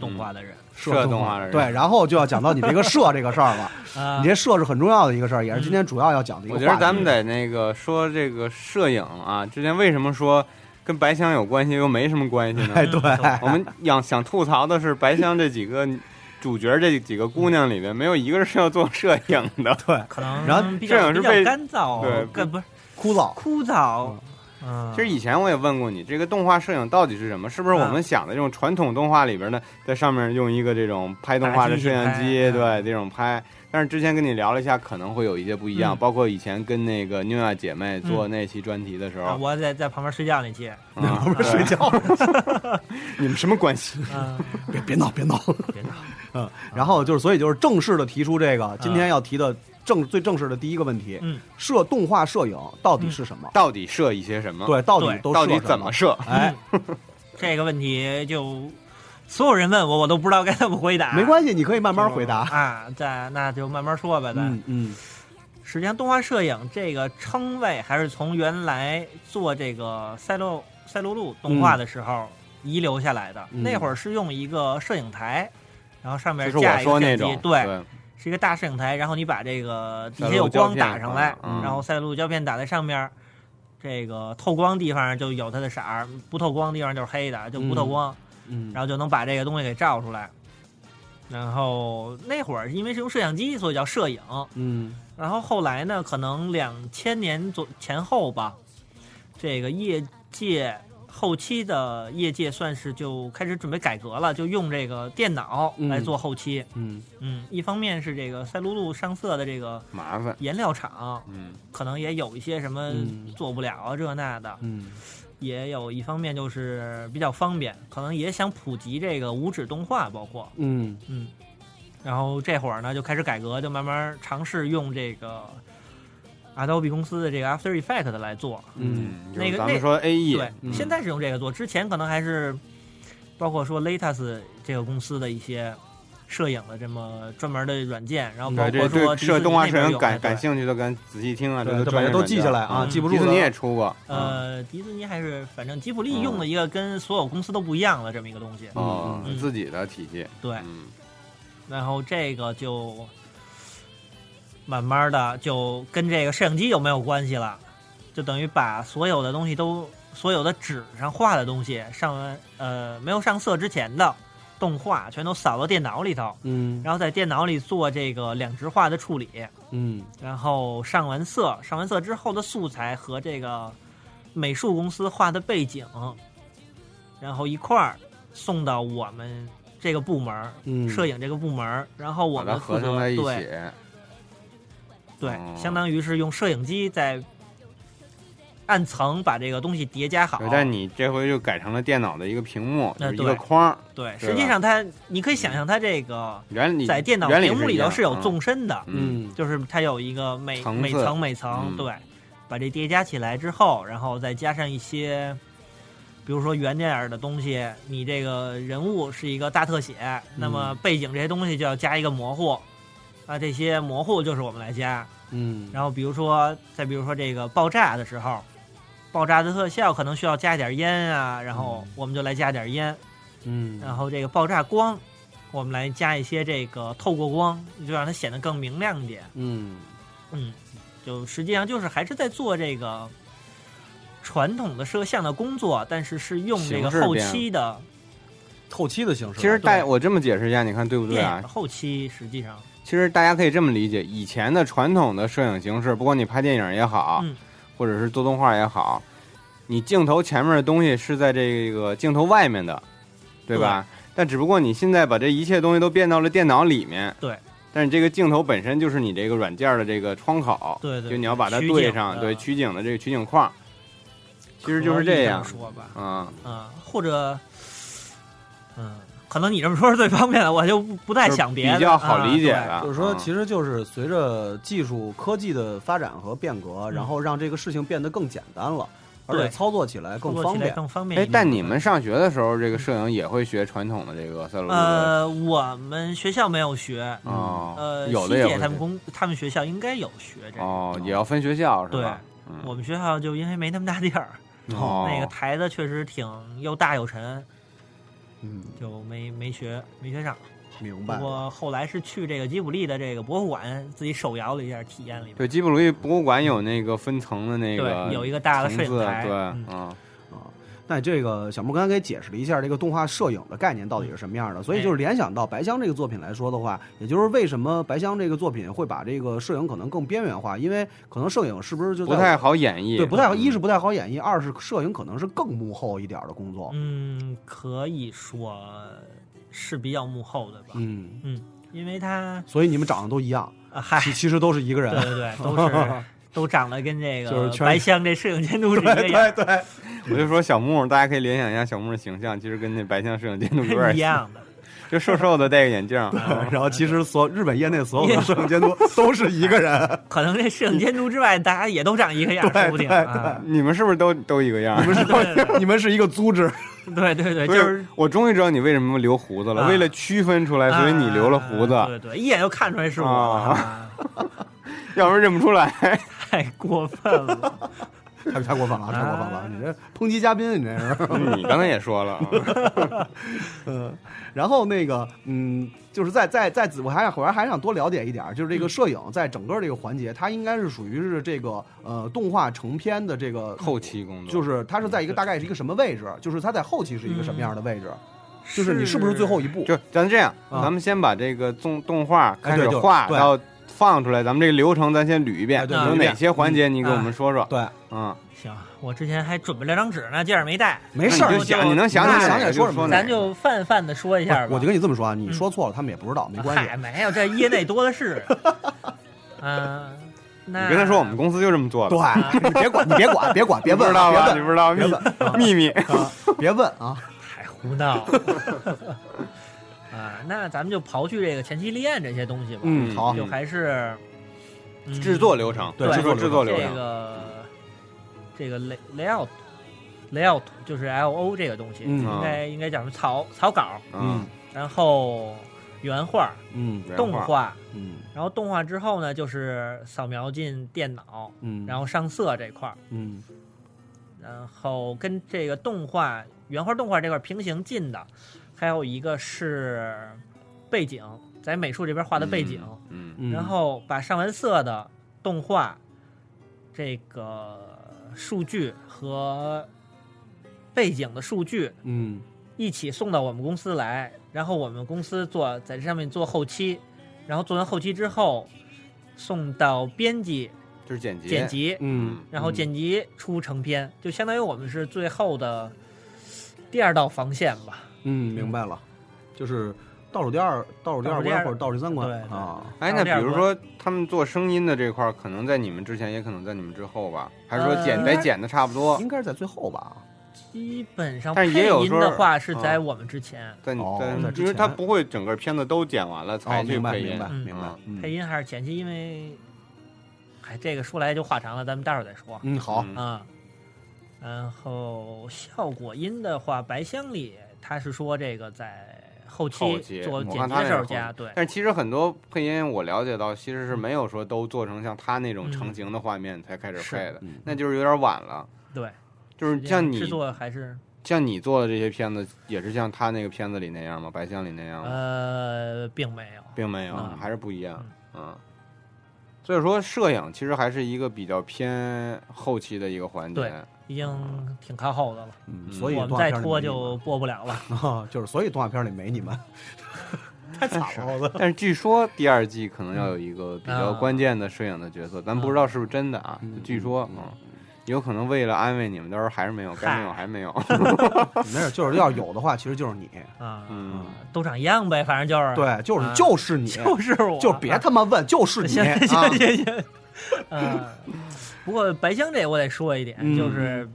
动画的人
社
社
动画
画
的人
对，然后就要讲到你这个社这个事儿了。
啊
你。这社是很重要的一个事儿，也是今天主要要讲的一个
我
话
觉
题。
得咱们得那个说这个摄影啊，之前为什么说跟白香有关系又没什么关系呢？
哎，对，
(laughs) 嗯
(laughs) 我们想想吐槽的是白香这几个主角这几个姑娘里面，没有一个是要做摄影的。
对，
可能
然后
比
这
较
样是
比较
被
干燥，
对
更不是
枯燥。
枯燥。嗯，
其实以前我也问过你，这个动画摄影到底是什么？是不是我们想的这种传统动画里边呢，在上面用一个这种拍动画的摄像机，
打机去嗯
对这种拍？但是之前跟你聊了一下，可能会有一些不一样，
嗯
包括以前跟那个妞亚姐妹做那期专题的时
啊
候，
我在在旁边睡觉那期，
啊
(laughs) 不是睡觉，
你们什么关系？
嗯，
别别闹，别闹。
别闹
嗯，然后就是，所以就是正式的提出这个今天要提的正最正式的第一个问题，
嗯，
摄动画摄影到底是什么？
到底摄一些什么？，
对，到底
嗯对嗯
都
到底
摄什
怎么？摄？
哎，
(laughs) 这个问题就所有人问我，我都不知道该怎么回答。
没关系，你可以慢慢回
(laughs)
答。
啊，在那就慢慢说吧。咱、
嗯嗯，
实际上，动画摄影这个称谓还是从原来做这个赛璐赛璐璐动画的时候遗留下来的。
嗯
那会儿是用一个摄影台，然后上面
就是我
架一
说
个
那
相机
种，，
对，
对
是一个大摄影台，然后你把这个底
赛
下
璐
有光
胶片
打上来，
嗯
然后赛璐胶片打在上面，这个透光地方就有它的色儿，不透光地方就是黑的，就不透光，
嗯，
然后就能把这个东西给照出来。然后那会儿因为是用摄像机，所以叫摄影。
嗯
然后后来呢，可能两千年左前后吧，这个业界后期的业界算是就开始准备改革了，就用这个电脑来做后期。
嗯
嗯，一方面是这个赛璐璐上色的这个
麻烦，
颜料厂，
嗯，
可能也有一些什么
嗯
做不了啊这那的，
嗯
也有一方面就是比较方便，可能也想普及这个无纸动画，包括
嗯
嗯，然后这会儿呢就开始改革，就慢慢尝试用这个 Adobe 公司的这个 After Effect 来做。
嗯
就是
那个
咱
那
们说 A E，
对，
嗯
现在是用这个做，之前可能还是包括说 Latas 这个公司的一些摄影的这么专门的软件，然后包
对
括
这
说
对
迪士
摄
尼
动画摄
那边
影
有
感
对
感兴趣的，赶紧仔细听啊，这
对
都
就把这
专业
都
软
记
件
下来啊
嗯
记不住
迪士
的
尼也出过，嗯
呃，迪士尼还是反正吉卜力用了一个跟所有公司都不一样的这么一个东西，
哦
嗯，
自己的体系，
对，
嗯
然后这个就慢慢的就跟这个摄影机有没有关系了，就等于把所有的东西都所有的纸上画的东西上完呃没有上色之前的动画全都扫到电脑里头，
嗯
然后在电脑里做这个两直化的处理，
嗯
然后上完色，上完色之后的素材和这个美术公司画的背景，然后一块儿送到我们这个部门儿，
嗯，
摄影这个部门儿，然后我
把它
们负
合
责
成在一
对
起，
对，
哦
相当于是用摄影机在按层把这个东西叠加好
对。但你这回就改成了电脑的一个屏幕，就
那
是一
对
个框儿，
对，
对吧
实际上它你可以想象它这个
原理
在电脑
原理
屏幕
是
里
一
头
样
是有
嗯
纵深的，
嗯，
嗯
就是它有一个每
层次
每层每层，
嗯
对，把这叠加起来之后，然后再加上一些，比如说圆点儿的东西，你这个人物是一个大特写，那么
嗯
背景这些东西就要加一个模糊，啊，这些模糊就是我们来加。
嗯
然后比如说，再比如说这个爆炸的时候，爆炸的特效可能需要加一点烟啊，然后
嗯
我们就来加点烟，
嗯，
然后这个爆炸光。我们来加一些这个透过光，就让它显得更明亮一点。
嗯
嗯，就实际上就是还是在做这个传统的摄像的工作，但是是用这
形
个
式
后
变了
期的
后期的形式，
其实大
对
我这么解释一下，你看对不对
电影
啊
的？后期，实际上
其实大家可以这么理解，以前的传统的摄影形式，不管你拍电影也好，
嗯
或者是做动画也好，你镜头前面的东西是在这个镜头外面的，对吧？但只不过你现在把这一切东西都变到了电脑里面，
对。
但是这个镜头本身就是你这个软件的这个窗口，
对对
就你要把它
取景的啊
对上，对取景的这个取景框，其实就是
可以
这
样
样，
说吧，
啊、
嗯，或者嗯，可能你这么说是最方便的，我就不不太
就是
想别的，
比较好理解的，
啊
嗯
就是说，其
实
实就是随着技术科技的发展和变革，然后让这个事情变得更简单了，而
嗯对
且操作起来
对
更
做
方
起来
便。
更方便一
哎
点。，
但你们上学的时候，这个摄影也会学传统的这个赛璐璐的
呃，我们学校没有学，
嗯
哦，
呃，
有
西
的也
姐
会
他们公他们学校应该有学这个，
哦，也要分学校是吧？嗯
我们学校就因为没那么大地儿。
嗯，哦，
那个台子确实挺又大又沉，
嗯，
就没没学没学上。
明
不
白。啊
过后来是去这个吉卜力的这个博物馆，自己手摇了一下，体验了一下。
对，吉卜力博物馆有那个分层的那个，
对，有一个大的摄
层
影
次，
台，
对，
嗯
嗯，
啊。那这个小莫刚才给解释了一下这个动画摄影的概念到底是什么样的，所以
哎
就是联想到白香这个作品来说的话，也就是为什么白香这个作品会把这个摄影可能更边缘化，因为可能摄影是不是就在
不太好演绎，啊嗯
对不太一是不太好演绎，二是摄影可能是更幕后一点的工作。
嗯，可以说是比较幕后的吧，
嗯，
因为他
所以你们长得都一样，
啊嗨，
其其实都是一个
对
人。
对对，
(laughs)
都是都长得跟这
就是
个
全
白香这摄影监督是一个样
对，
我就说小木，大家可以联想一下小木的形象，其实跟那白象摄影监督有
儿
点
(laughs) 一，样的，
就瘦瘦的戴个眼镜，
(laughs) 然后其实所日本业内所有的摄影
(laughs)
监督都是一个人。
可能这摄影监督之外，大家也都长一个样儿，说不定啊。
你们是不是都都一个样？
你们是 (laughs) 你们是一个组织，
对对对，
不
就是
我终于知道你为什么留胡子了，
啊
为了区分出来，所以你留了胡子，
啊对对，一眼就看出来是我了，啊
要不然认不出来。
(laughs)
(laughs)
太过分了。
太太过分了，太过分
啊
了！你这抨击嘉宾，你这是。
你刚才也说了，
嗯，然后那个，嗯，就是在在在子，我还想我还想多了解一点儿，就是
嗯
这个摄影在整个这个环节，它应该是属于是这个呃动画成片的这个
后，期嗯工作
就是它是在一个大概是一个什么位置，就是它在后期是一个什么样的位置， (laughs) 就是是你是不是最后一步？
就咱这样，
啊哎
咱们先把这个动动画开
对
始
就是
画
对
到放出来，咱们这个流程咱先捋一
哎
遍，
对
捋
有
一
哪
遍哎
些环节你给我们说说？
对，
嗯，
行？我之前还准备了张纸呢，这样没带，
没事儿，
那你就
就就
想你能想起
那
来
想起
哪
来
个
说
就
什么
说哪
咱
个
就泛泛的说一下吧。
我就跟你这么说啊，你
嗯
说错了，他们也不知道，没关系
嗨，。没有，这业内多
(laughs)
的是。嗯、那
你跟他说我们公司就这么做的， (laughs)
对，你别管，你别管，别管，别
不
问
知道
啊，
吧？
别
你不知道秘
别问
(laughs)
秘密？
问啊，别问啊，
太胡闹了 (laughs) 啊！那咱们就刨去这个前期立案这些东西吧，
(laughs) 嗯，好，
就还是、嗯
制作流程，
对
制作制
制
作
作
流
这
程，
个这个 lay layout layout 就是 L O 这个东西，
嗯
应该应该叫什么草草稿，
啊
嗯
然后原画、
嗯
原
动画，
嗯
然后动画之后呢，就是扫描进电脑，
嗯，
然
后
后上色这块儿。
嗯
然后跟这个动画原画动画这块平行进的，还有一个是背景，在美术这边画的背景，
嗯，嗯，
嗯，
然后把上完色的动画这个数据和背景的数据
嗯
一起送到我们公司来，然后我们公司做在这上面做后期，然后做完后期之后送到编辑
就是剪辑，
剪辑，
嗯，
然后剪辑出成片，就相当于我们是最后的第二道防线吧。
嗯，明白了，就是倒数第二、倒数第二
倒数第二
关或者倒数第三关
对对
啊。
哎，
然
那
后第
比
二
如
关
说他们做声音的这块儿，可能在你们之前，也可能在你们之后吧？还是说
呃
剪
应
得
该
剪的差不多？
应该是在最后吧？
基本上
但是也有
配音
时候啊
的话是在我们之前，
在你
哦在
在，
之
因为他
前
不会整个片子都剪完了
哦，
才去
明白，
配
明
音
白，，
嗯
明白。嗯
配音还是前期，因为，哎，这个说来就话长了，咱们待会儿再说
嗯，好，
嗯
啊。然后效果音的话，白箱里他是说这个在后
后期
期做
我
剪
看
辑
他
的
那
时候
是后
加，
期
对，
但是其实很多配音我了解到，其实是
嗯
没有说都做成像他那种成型的画面才开始
是
配的，
嗯
那就是有点晚了。
对，
就是像
制
你
作还是
像你做的这些片子，也是像他那个片子里那样吗？白象里那样吗？
呃，并没有，
并没有，
嗯
还是不一样，嗯。所以说，摄影其实还是一个比较偏后期的一个环节
对。已经挺靠后的了，
嗯
嗯
所以
我
动
们
画
再
片里
拖
没你
就播不了了。
们啊，就是所以动画片里没你
(laughs)
们，太惨了，我操
但是据说第二季可能要有一个比较
啊
关键的摄影的角色，咱
嗯
不知道是不是真的啊
嗯。
据说，
嗯
嗯，有可能为了安慰你们，到时候还是没有，
嗨
该没有还没有。 (laughs)
(laughs)
没事，就是要有的话，其实就是你，
啊，
嗯
都长一样呗，反正就是，
对，就是
啊
就是你，
(laughs) 就是我，
就别他妈问，就是
(laughs)
你
行行
啊
行，行行，嗯，不过白香这我得说一点，
嗯
就是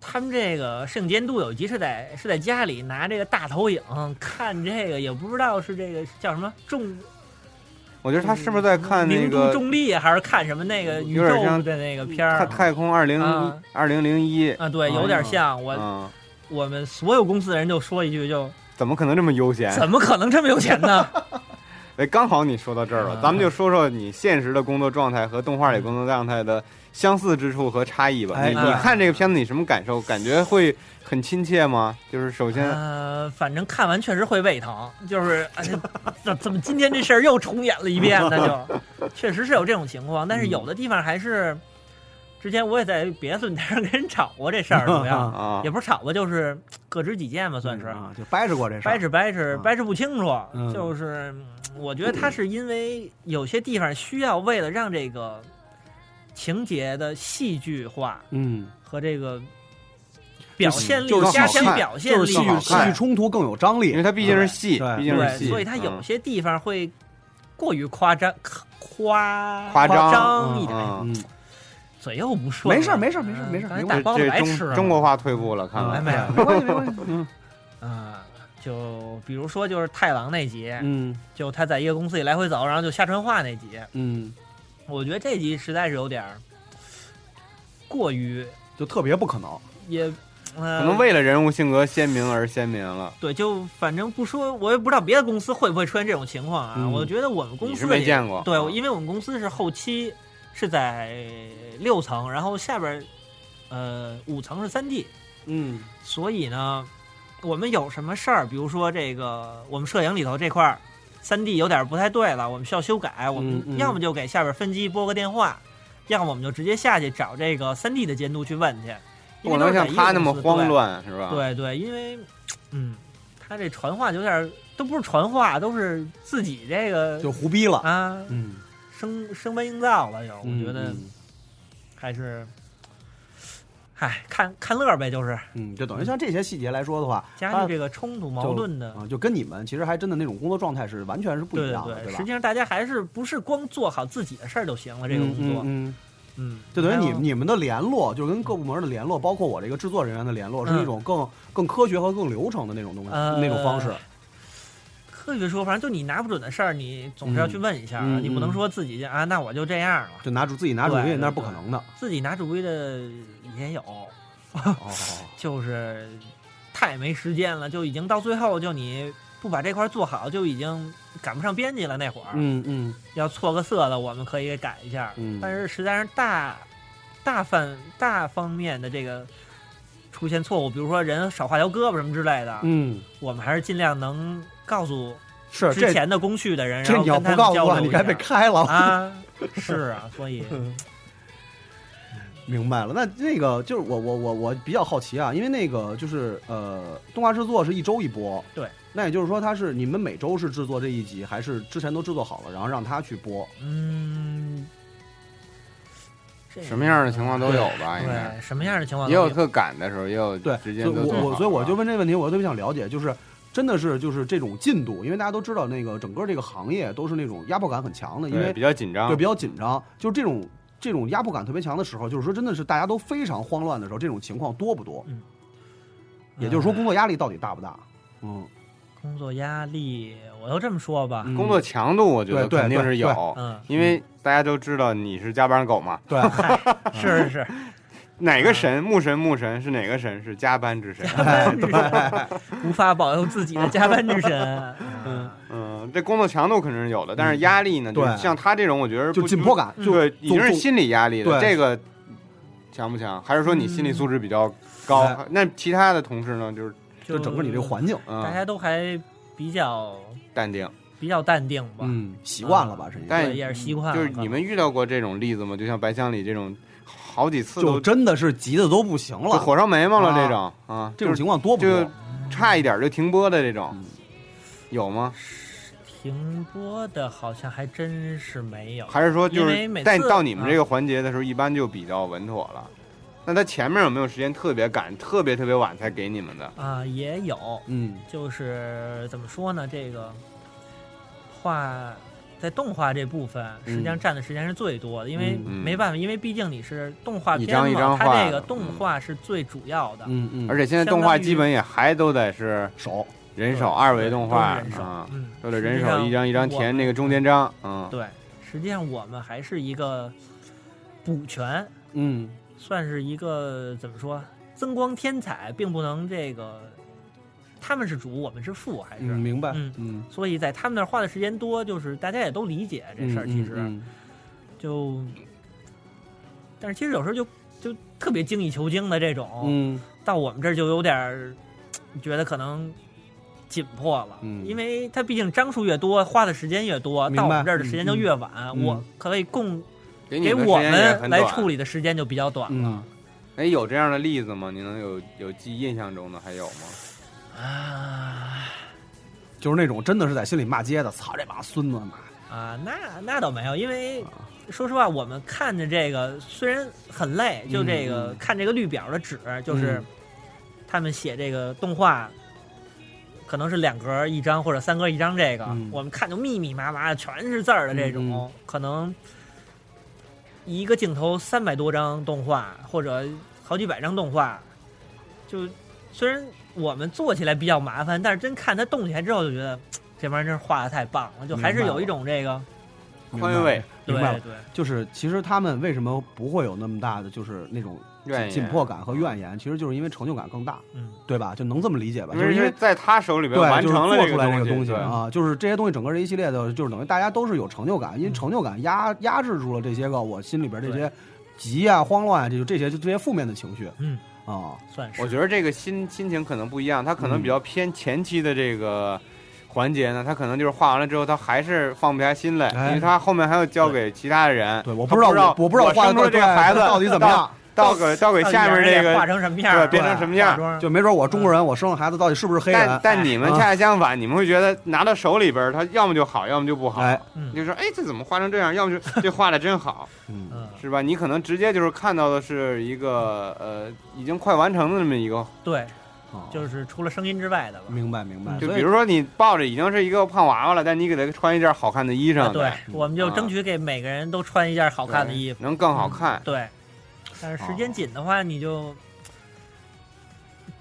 他们这个摄影监督有一集是在是在家里拿这个大投影看这个，也不知道是这个叫什么重
我觉得他是不是在看那
零度
个
重力还是看什么那个宇
有点
宙
像
的那个片
太
儿
太空二零
啊
二零零一？
啊？对，有点像我
嗯，
我们所有公司的人就说一句就
哎怎么可能这么悠闲？
怎么可能这么有钱呢？
哎，刚好你说到这儿了，
嗯
咱们就说说你现实的工作状态和动画里工作状态的相似之处和差异吧。
哎
你
嗯
你看这个片子，你什么感受？感觉会很亲切吗？就是首先，
呃，反正看完确实会胃疼，就是、哎呀、怎怎么今天这事儿又重演了一遍呢？
(laughs)
就确实是有这种情况，但是有的地方还是，之前我也在别的论坛上跟人吵过这事儿，怎么
(laughs)
样？
啊
嗯也不是吵过，就是各执己见吧，算是。
啊，就掰扯过这事儿，
掰扯掰扯
嗯
掰扯不清楚，
嗯
就是嗯我觉得他是因为有些地方需要为了让这个情节的戏剧化
嗯，
和这个表现力
就是
加
戏
强
剧
表现
就是
力，
戏
更
剧
好
戏
看
剧冲突更有张
因为
力，
它毕竟是戏，
对
毕竟是
对，
戏，
所以它有
嗯
些地方会过于夸张。夸
夸张
张一点，
嗯
嗯，
嘴又不顺了。嗯
没事儿没事儿没事儿没事儿，
刚才
明
打
白。
包子
这
白吃
中
了
中国话退步了，看
白
来
嗯没有
没关系没关系，嗯
啊，就比如说就是太郎那集，
嗯
就他在一个公司里来回走，然后就瞎传话那集，
嗯，
我觉得这集实在是有点儿过于
就特别不可能，
也，呃、
可能为了人物性格鲜明而鲜明了。
对，就反正不说，我也不知道别的公司会不会出现这种情况啊。
嗯
我觉得我们公
你
司
是
里
没见过，啊
对，因为我们公司是后期是在六层，然后下边儿呃五层是三 D，
嗯
所以呢，我们有什么事儿，比如说这个我们摄影里头这块儿三 D 有点不太对了，我们需要修改，我
嗯嗯
们要么就给下边分机拨个电话，要么我们就直接下去找这个三 D 的监督去问去，
不
因为都
能
是在
像
一个
他那么
公司
慌。乱，啊是吧？
对，对对，因为嗯，他这传话有点儿都不是传话，都是自己这个
就胡逼了，
啊
嗯，
生生搬硬造了又，我觉得
嗯嗯
还是，唉，看看乐儿呗，就是
嗯，就等于像这些细节来说的话，
加
啊
剧这个冲突矛盾的。
啊，就跟你们其实还真的那种工作状态是完全是不一
对
样的，
对
吧
实？际上大家还是不是光做好自己的事儿就行了，这个工作，
嗯，嗯嗯
嗯，
就等于你
还有
你们的联络，就是跟各部门的联络，包括我这个制作人员的联络，是
嗯
一种更更科学和更流程的那种东西，
呃
那种方式。
科学说，反正就你拿不准的事儿，你总是要去问一下，
嗯嗯
你不能说自己就啊，那我就这样了，
就拿主自己拿主意
对对
那是不可能
(laughs)
的。
自己拿主意的也有，
哦，
就是太没时间了，就已经到最后，就你不把这块儿做好，就已经赶不上编辑了。那会儿、
嗯嗯
要错个色的，我们可以给改一下，
嗯
但是实在是大大范大方面的这个出现错误，比如说人少画条胳膊什么之类的，
嗯，
我们还是尽量能告诉
是
之
这
前的工序的人，然
这
后
你要
跟
不
他们
告诉
交
我，
流
你
一
该被
下
开了。
啊，是啊，
(laughs)
所以
明白了，那那个就是我我我我比较好奇啊，因为那个就是呃，动画制作是一周一播，
对，
那也就是说它是你们每周是制作这一集，还是之前都制作好了，然后让他去播？
嗯，这
什么样的情况都有吧，应该
对什么样的情况
也
都
有特赶嗯的时候，也有
对，所
直接
以
都
我
做好
我
了
所以我就问这个问题，我特别想了解，就是真的是就是这种进度，因为大家都知道那个整个这个行业都是那种压迫感很强的，因
对
为
比较紧张
对比，较紧张，就是这种这种压迫感特别强的时候，就是说真的是大家都非常慌乱的时候，这种情况多不多？也就是说
嗯
工作压力到底大不大？嗯，
嗯工作压力，我就这么说吧，
嗯
工作强度我觉得
对对
肯定是有，
嗯，
因为大家都知道你是加班狗嘛，
对，
嗯
(laughs)
是是是，
哪个神木神木神是哪个神是加班之
(laughs)
神？
无法保佑自己的加班之神，
(laughs)
嗯。
嗯，这工作强度肯定是有的，但是压力呢，
对
就是像他这种，我觉得
就紧迫，感，
嗯
就对，已经是
总
心理压力的
对
这个。强不强？还是说你
嗯
心理素质比较高？
嗯
那其他的同事呢？就是
就整个你这个环境，
大
嗯，
家都还比较
淡定。
比较淡定吧，
嗯，习惯了吧，是因为
但
对，也是习惯了。
就是你们遇到过这种例子吗？就像白乡里这种，好几次
就
都
真的是急的都不行
就
了，
火烧眉毛了
啊
这种啊，
这种
就
情况多不多
就？差一点就停播的这种
嗯，
有吗？
停播的好像还真是没有，
还是说就
因为
是
每次嗯
但到你们这个环节的时候，一般就比较稳妥了。那他前面有没有时间特别赶，特别特别晚才给你们的？
啊、也有，
嗯
就是怎么说呢，这个画在动画这部分，实际上占的时间是最多的，因为
嗯
没办法，因为毕竟你是动画
一
片嘛，
张一张画嗯
它这个动画是最主要的，
嗯嗯，
而且现在动画基本也还都得是
手，
人
对
手二维动画
都是人手
啊，
嗯，
都得人
实际
手
上
一张一张
我
填那个中间章，嗯，
对，实际上我们还是一个补全，
嗯
算是一个怎么说增光添彩，并不能这个他们是主，我们是副，还是、
嗯，明白，
嗯
嗯，
所以在他们那儿花的时间多，就是大家也都理解这事儿。
嗯
其实、
嗯
就，但是其实有时候就就特别精益求精的这种，
嗯
到我们这儿就有点儿嘖觉得可能紧迫了，
嗯
因为它毕竟章数越多，花的时间越多，
明白
到我们这儿的时间就越晚，
嗯
我可谓供
给你
给
的
我
时间也
们
很
来
短
处理的时间就比较短了
嗯。
哎，有这样的例子吗？您能有有记印象中的还有吗？
啊
就是那种真的是在心里骂街的，操这帮孙子妈，
啊，那那倒没有，因为
啊。
说实话，我们看着这个虽然很累，就这个、
嗯
看这个绿表的纸，就是
嗯
他们写这个动画，可能是两格一张或者三格一张，这个、
嗯
我们看就密密麻麻全是字儿的这种，
嗯嗯
可能一个镜头三百多张动画或者好几百张动画，就虽然我们做起来比较麻烦，但是真看它动起来之后，就觉得这玩意儿真是画的太棒了，就还是
明白
有一种这个
明白
换位，
对
明白了，
对。
就是其实他们为什么不会有那么大的就是那种
愿意
紧迫感和怨言，其实就是因为成就感更大，
嗯，
对吧？就能这么理解吧？
因
就
为
是因
是
为
在他手里边
对，
完
就是
成了
做出来这个
东
东西
对
啊，就是这些东西整个这一系列的，就是等于大家都是有成就感，因为
嗯
成就感压压制住了这些个我心里边这
对
些急啊、慌乱啊，这就这些就这些负面的情绪，
嗯
啊，
算是。
我觉得这个心心情可能不一样，他可
嗯
能比较偏前期的这个环节呢，他可能就是画完了之后，他还是放不下心来，
哎
因为他后面还要交给其他的人。
对，我
他
不知道
道
我我不知道画
生出来
的
这个孩子
到底怎么样，
到给到给下面这
画
个，
成什么样儿，
对变成什么样儿
化妆
就没准我中国人，我生的孩子到底是不是黑
但
人？
但你们
啊
恰恰相反，你们会觉得拿到手里边儿，他要么就好，要么就不好。
哎，
嗯
你就说，哎，这怎么画成这样？要么就这画的真好，
嗯
嗯，
是吧？你可能直接就是看到的是一个呃，已经快完成的那么一个
对，
啊
就是除了声音之外的吧。
明白明白，
就
所以
比如说你抱着已经是一个胖娃娃了，但你给他穿一件好看的衣裳，
啊对，我们就
啊
争取给每个人都穿一件好
好
看的衣服。
能更好看。
对，但是时间紧的话，你就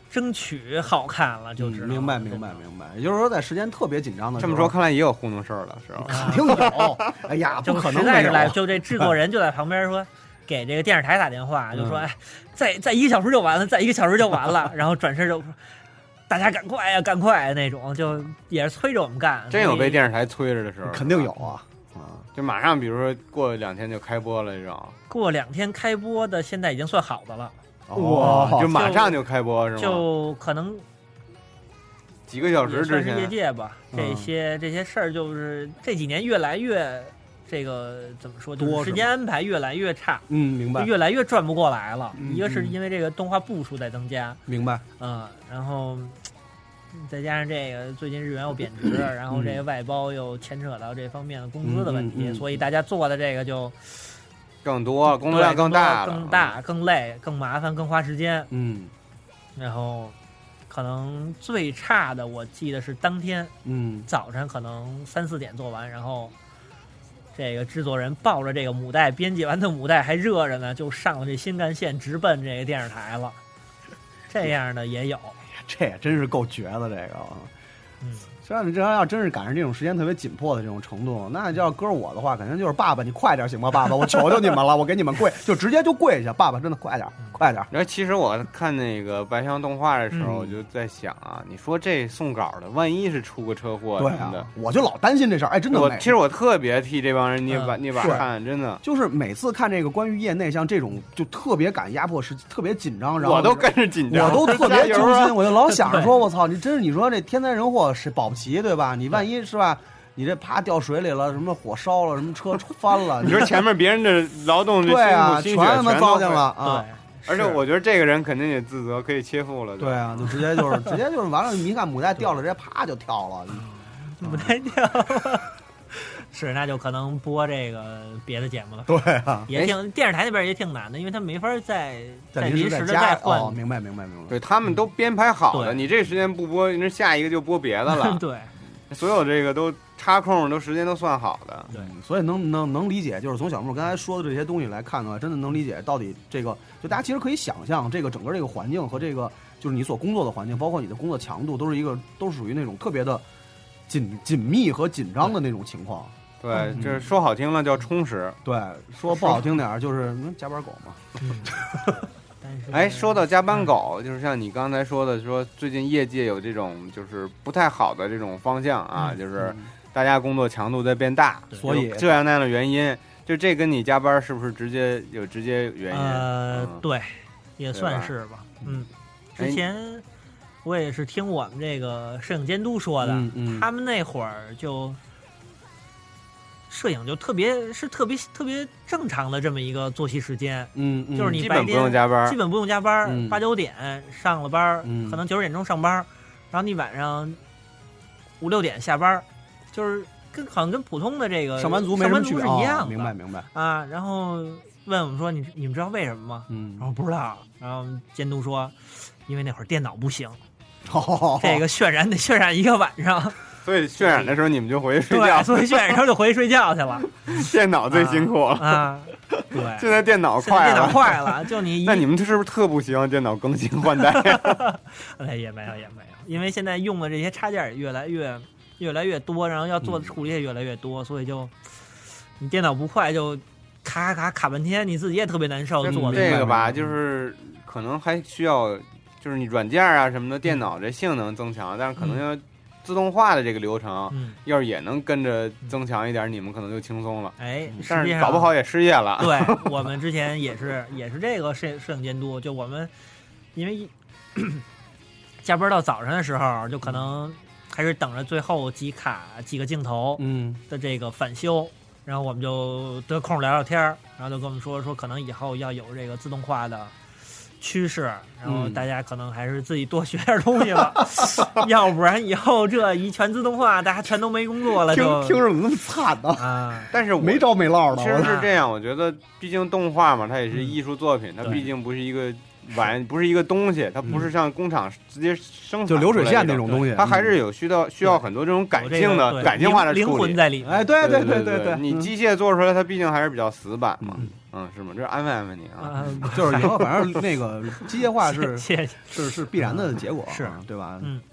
争取好看了，就
嗯
知道了。啊
明白明白明白，也就是说在时间特别紧张的时
这
候，
么说，看来也有糊弄事儿了，是吧？
肯
啊
定有，哎呀，不
就
可
实
能
在
没
是
有，啊
来，就这制作人就在旁边说。给这个电视台打电话，就说：“
嗯
哎，再再一个小时就完了，再一个小时就完了。”然后转身就说：“大家赶快呀、赶快、那种，就也是催着我们干。
真有
所以
被电视台催着的时候，
肯定有，啊，啊，
就马上，比如说过两天就开播了这种，
过两天开播的，现在已经算好的了，
哦
就马上就开播是吗？
就可能
几个小
也
时
算
之
是业
前，
界吧。
嗯
这些这些事儿就是这几年越来越这个怎么说，就
多是
是时
吗
间安排越来越差，
嗯，明
就
白
越来越转不过来了。
嗯
一个是
嗯
因为这个动画步数在增加，
明白，
嗯，然后。再加上这个最近日元又贬
嗯
值，然后这个外包又牵扯到这方面的工资的问
嗯
题，
嗯嗯
所以大家做的这个就
更多，工作量
对更
大了，嗯
更大、更累、更麻烦、更花时间。
嗯
然后可能最差的我记得是当天
嗯，
早晨可能三四点做完，然后这个制作人抱着这个母带编辑完的母带还热着呢，就上了这新干线直奔这个电视台了。这样的也有，
(laughs) 这也真是够绝的这个啊。
嗯，
虽然你这要真是赶上这种时间特别紧迫的这种程度，那要搁我的话，肯定就是爸爸，你快点行吗？爸爸，我求求你们了，我给你们跪，就直接就跪下，爸爸，真的快点，
嗯
快
(laughs)
点。
然后其实我看那个白箱动画的时候，
嗯
我就在想啊，你说这送稿的，万一是出个车祸
对
什么的
啊，，我就老担心这事儿，哎，真的
我
没
其实我特别替这帮人捏把
嗯
捏把
是
汗，真的，
就是每次看这个关于业内像这种就特别敢压迫时，特别紧张，然后
我都跟着紧张，
我都特
加
别
油
揪
啊
心，我就老想着说，
(laughs) 对
我操，你真是你说这天灾人祸是保不齐，对吧？你万一是吧，你这啪掉水里了，什么火烧了，什么车翻了，
(laughs) 你说前面别人的劳动这
对啊，
辛
全
苦心血
他妈
全
糟
都
践了
会，
啊！
对，
而且
是
我觉得这个人肯定也自责，可以切腹了。
对啊，就直接就是直接就是完了，你看母带掉了，直接啪就跳了，
母带掉。是，那就可能播这个别的节目了，
对啊，
也挺电视台那边也挺难的，因为他没法再
在
临
临
时
时在
的
家
再换
哦，明白明白明白，
对他们都编排好了，
对
你这时间不播，那下一个就播别的
(laughs)
了。
(laughs) 对，
所有这个都插空，都时间都算好的。
对
嗯所以能能能理解，就是从小木刚才说的这些东西来看的话，真的能理解到底这个，就大家其实可以想象，这个整个这个环境和这个就是你所工作的环境，包括你的工作强度，都是一个都是属于那种特别的紧紧密和紧张的那种情况。
对，
嗯
就是说好听了叫充实，
对，说不好听点儿，就是嗯加班狗嘛。
嗯，但是
哎，说到加班狗，就是像你刚才说的，说最近业界有这种就是不太好的这种方向啊，
嗯
就是大家工作强度在变大，
对
所以
有这样那样的原因，就这跟你加班是不是直接有直接原因？
呃
嗯，
对，也算是吧。
嗯
嗯，之前我也是听我们这个摄影监督说的，
嗯嗯
他们那会儿就摄影就特别是特别特别正常的这么一个作息时间，
嗯嗯，
就是你
基
白
本
天
不用加班
基。本不用加班
嗯，
八九点上了班，
嗯
可能九十点钟上班，然后你晚上五六点下班，就是跟好像跟普通的这个
呃上班族没
上
什么
班
区
族
别，
是一样
哦
的，
明白明白，
啊。然后问我们说你你们知道为什么吗？
嗯
然，后不知道，然后监督说，因为那会儿电脑不行，
哦
这个渲染得渲染一个晚
(laughs)
上，
所以渲染的时候你们就回去睡觉
对，，所以渲染之后就回去睡觉去了
电脑最辛苦了。
(laughs)
啊。对，
现在电脑
现在
快
电脑
了，
坏了，就你一
那你们是不是特不希望电脑更新换代？
(laughs) 哎，也没有，也没有，因为现在用的这些插件儿也越来越越来越多，然后要做的
嗯
处理也越来越多，所以就你电脑不快就卡卡卡卡半天，你自己也特别难受，做的。
明
这
白
个吧，
明白
就是可能还需要，就是你软件啊什么的，
嗯
电脑这性能增强，但是可能要自动化的这个流程，
嗯，
要是也能跟着增强一点，你们可能就轻松了。
哎，实
嗯但
际
是
上
搞不。好也失业了。
对我们之前也是也是这个摄摄影监督，就我们因为一 (coughs) 加班到早上的时候，就可能还是等着最后几卡几个镜头，
嗯
的这个返修，然后我们就得空聊聊天儿，然后就跟我们说说，可能以后要有这个自动化的趋势，然后
嗯
大家可能还是自己多学点东
(laughs)
西吧，要不然以后这一全自动化，大家全都没工作了
听
就，
听着怎么那么惨呢？
啊，
但是我
没着没落的，
其实
我
是这样，我觉得毕竟动画嘛，它也是
嗯
艺术作品，它
对嗯
毕竟不是一个玩，不是一个东西，它不是像工厂直接生产
就流水
出来
线
那
那
种
种东西，嗯
它还是
有
有需要需要很多这种 (laughs) 感
有这个
性的
对
感性化的
灵灵
处
魂
理。
在里面。
哎，对
对
对
对
对，
你
嗯
机械做出来，它毕竟还是比较死板嘛
嗯，
嗯，是吗？这是安慰安慰你啊。
啊，
(laughs) 就是以后反正那个机械化是
谢谢
是是必然的结果，
是
啊对吧？
嗯
(laughs)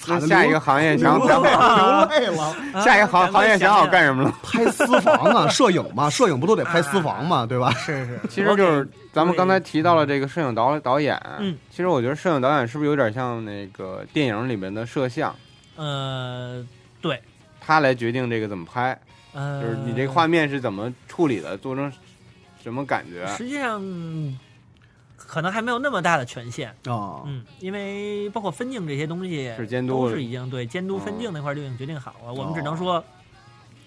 惨
那
得
下一
流
个行业想
流
想
泪
好
了，流泪了。
啊
哎下一个行
赶快
行业想好
想
干什么了？
拍私房啊， (laughs) 摄影嘛，摄影不都得拍私房嘛，对吧？
哎
(laughs)
是是，
其实就是咱们刚才提到了这个摄影导导演，
嗯，
其实我觉得摄影导演是不是有点像那个电影里面的摄像，
呃
他来决定这个怎么拍，就
呃，
是你这个画面是怎么处理的，做成什么感觉？
实际上可能还没有那么大的权限。
啊，
嗯，因为包括分镜这些东西
是监督
都是已经对监督分镜那块儿就已经决定好了。我们只能说，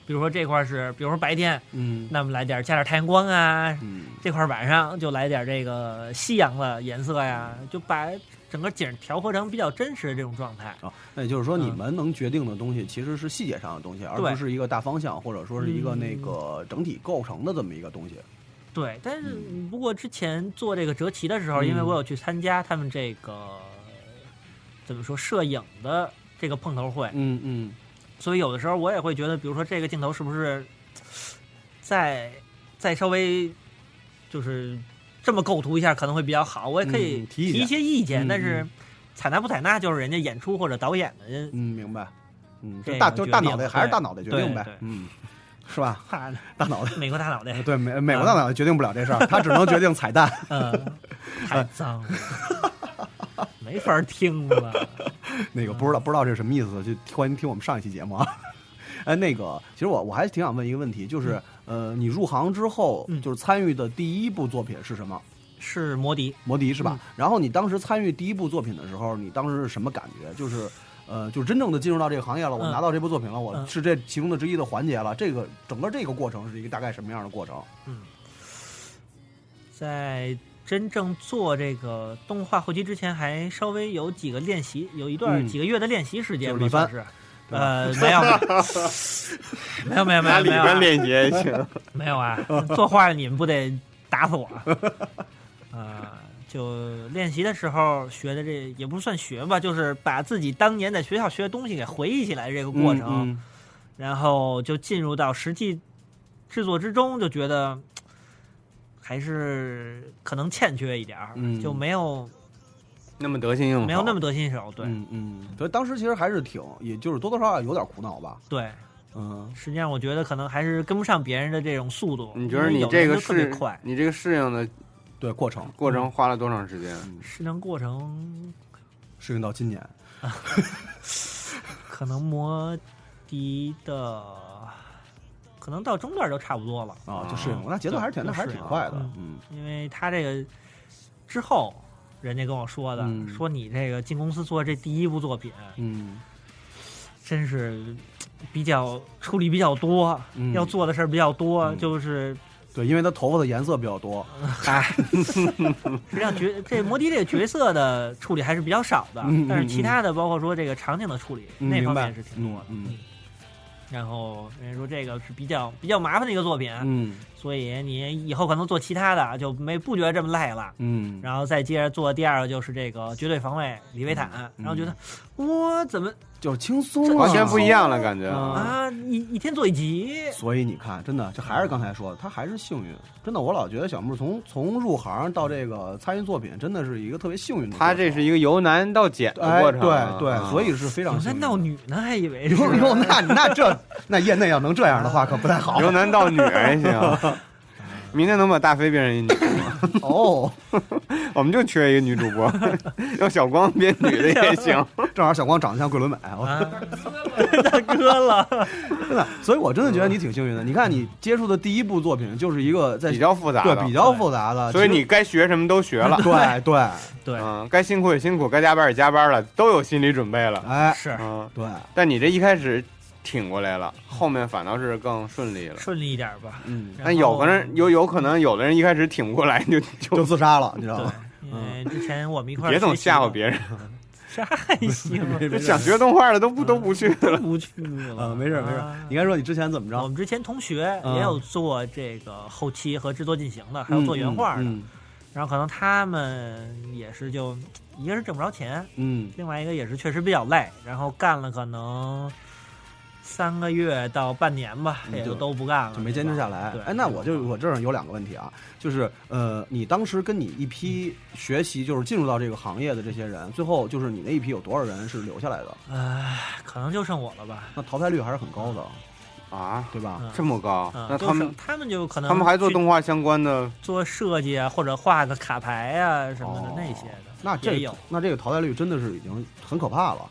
比如说这块儿是，比如说白天，
嗯
那么来点儿加点儿太阳光啊；
嗯
这块儿晚上就来点儿这个夕阳的颜色呀，就把整个景儿调和成比较真实的这种状态。
啊，那也就是说，
嗯
你们能决定的东西其实是细节上的东西，而不
对嗯
是一个大方向，或者说是一个那个整体构成的这么一个东西。
对，但是不过之前做这个折旗的时候，因为
嗯
我有去参加他们这个怎么说摄影的这个碰头会，
嗯嗯
所以有的时候我也会觉得，比如说这个镜头是不是再再稍微就是这么构图一下可能会比较好，我也可以
嗯提
提
意见
一些意见，
嗯
但是采纳不采纳就是人家演出或者导演
(laughs)
的。
嗯，明白。嗯，就
这个
大
决
就
定
大脑袋
对
还是大脑袋决定呗
对对，
嗯，是
(laughs)
吧？
哈，
大脑袋。
美国大
(laughs)
脑袋，
对美美国
嗯
大脑袋决定不了这事儿，他只能决定彩
(laughs)
蛋。
呃，太脏了，
(laughs)
没法听了。
那个不知道不知道这是什么意思，就欢迎听我们上一期节目啊。 (laughs) 哎，那个，其实我我还挺想问一个问题，就是、呃，你入行之后，
嗯
就是参与的第一部作品是什么？
是摩迪，
摩迪是
嗯
吧？然后你当时参与第一部作品的时候，你当时是什么感觉？就是呃，就是真正的进入到这个行业了，我
嗯
拿到这部作品了，我
嗯
是这其中的之一的环节了。这个整个这个过程是一个大概什么样的过程？
在真正做这个动画后期之前，还稍微有几个练习，有一段
嗯
几个月的练习时间吧，
就是李帆
算是。
对吧
呃，没有，没有，没有，没
拿
有，
里
没有
边
啊，
练习也行。
没有啊！做坏了你们不得打
(laughs)
死我？呃，就练习的时候学的这也不算学吧，就是把自己当年在学校学的东西给回忆起来这个过程。
嗯
然后就进入到实际制作之中，就觉得还是可能欠缺一点儿，
嗯
就没有
(laughs) 那么得心应手，
没有那么得心应手。对、
嗯嗯，所以当时其实还是挺，也就是多多少少有点苦恼吧。
对，
嗯
实际上我觉得可能还是跟不上别人的这种速度。
你觉得
因为
你
嗯有的
这
人
个
就特别
适
快？
你这个适应的
对过程
过程花了多长时间？
适应过程
适应到今年，
可能摩的的，可能到中段就差不多了，
啊，就适应了。那节奏还是挺，那还是挺快的。嗯，
因为他这个之后人家跟我说的，
嗯
说你这个进公司做这第一部作品，
嗯，
真是比较处理比较多，
嗯
要做的事儿比较多，
嗯
就是
对，因为他头发的颜色比较多，
实际
(laughs)
上角这摩的这个角色的处理还是比较少的，
嗯嗯
但是其他的包括说这个场景的处理、
嗯
那
明
方
白
面是挺多的。
嗯嗯
然后人家说这个是比较比较麻烦的一个作品，
嗯
所以你以后可能做其他的就没不觉得这么累了。
嗯，
然后再接着做第二个就是这个绝对防卫李维坦，
嗯
然后觉得我怎么
就是轻松啊了，
完全不一样了，感觉。
嗯
啊一一天做一集，
所以你看，真的，这还是刚才说的，他还是幸运。真的，我老觉得小木从从入行到这个参与作品，真的是一个特别幸运的过程。
他这是一个由难到简的
哎，
过
对
程。
对，
嗯
所以是非常
有
幸
男
运。
到女呢，还以为是
哟哟，那那这那业内要能这样的话，可不太好
由男到女还
(laughs)
行。明天能把大飞变成一女吗？
哦。
我们就缺一个女主
(laughs)
播，要小光变女的也行。
正好小光长得像桂纶镁，我
啊， (laughs) 大哥了，
真的，所以我真的觉得你挺幸运的。你看，你接触的第一部作品就是一个在
比较复杂的，
(laughs) 对比较复杂的，
所以
其实
你该学什么都学了，
对对，
对，
啊
嗯，该辛苦也辛苦，该加班也加班了，都有心理准备了，
哎，
是
嗯。
对，
但你这一开始挺过来了，后面反倒是更顺利了。
顺利一点吧。
嗯，
然后
但有可能有有可能有的人一开始挺不过来，你就
就
就
自杀了，你知道
对
吗？，
因
嗯
为之前我们一块儿
别总
学习
吓唬
过
别人，
(laughs) 啥还行啊，
没
(laughs)
事
想学动画的都不都不去
(laughs)
了。
不去了
呃，没事没事
啊，哦
你该嗯说你之前怎么
我
着？
们之前同学也有做这个后期和制作进行的，还有做原画的。
嗯
然后可能他们也是就一个是挣不着钱，
嗯
另外一个也是确实比较累，然后干了可能三个月到半年吧，
嗯
也
就
就都不干了，
就没坚持下来
啊对。
哎，那我就我这儿有两个问题啊，就是呃，你当时跟你一批
嗯
学习，就是进入到这个行业的这些人，最后就是你那一批有多少人是留下来的？
唉，可能就剩我了吧。
那淘汰率还是很高的，
啊，
对吧？
嗯
这么高？
嗯，
那
就
他
剩
们
他们就可能
他们还做
去
动画相关的，
做设计啊，或者画个卡牌啊什么的
哦
那些的，
那这
也
个
有嗯
那这个淘汰率真的是已经很可怕了。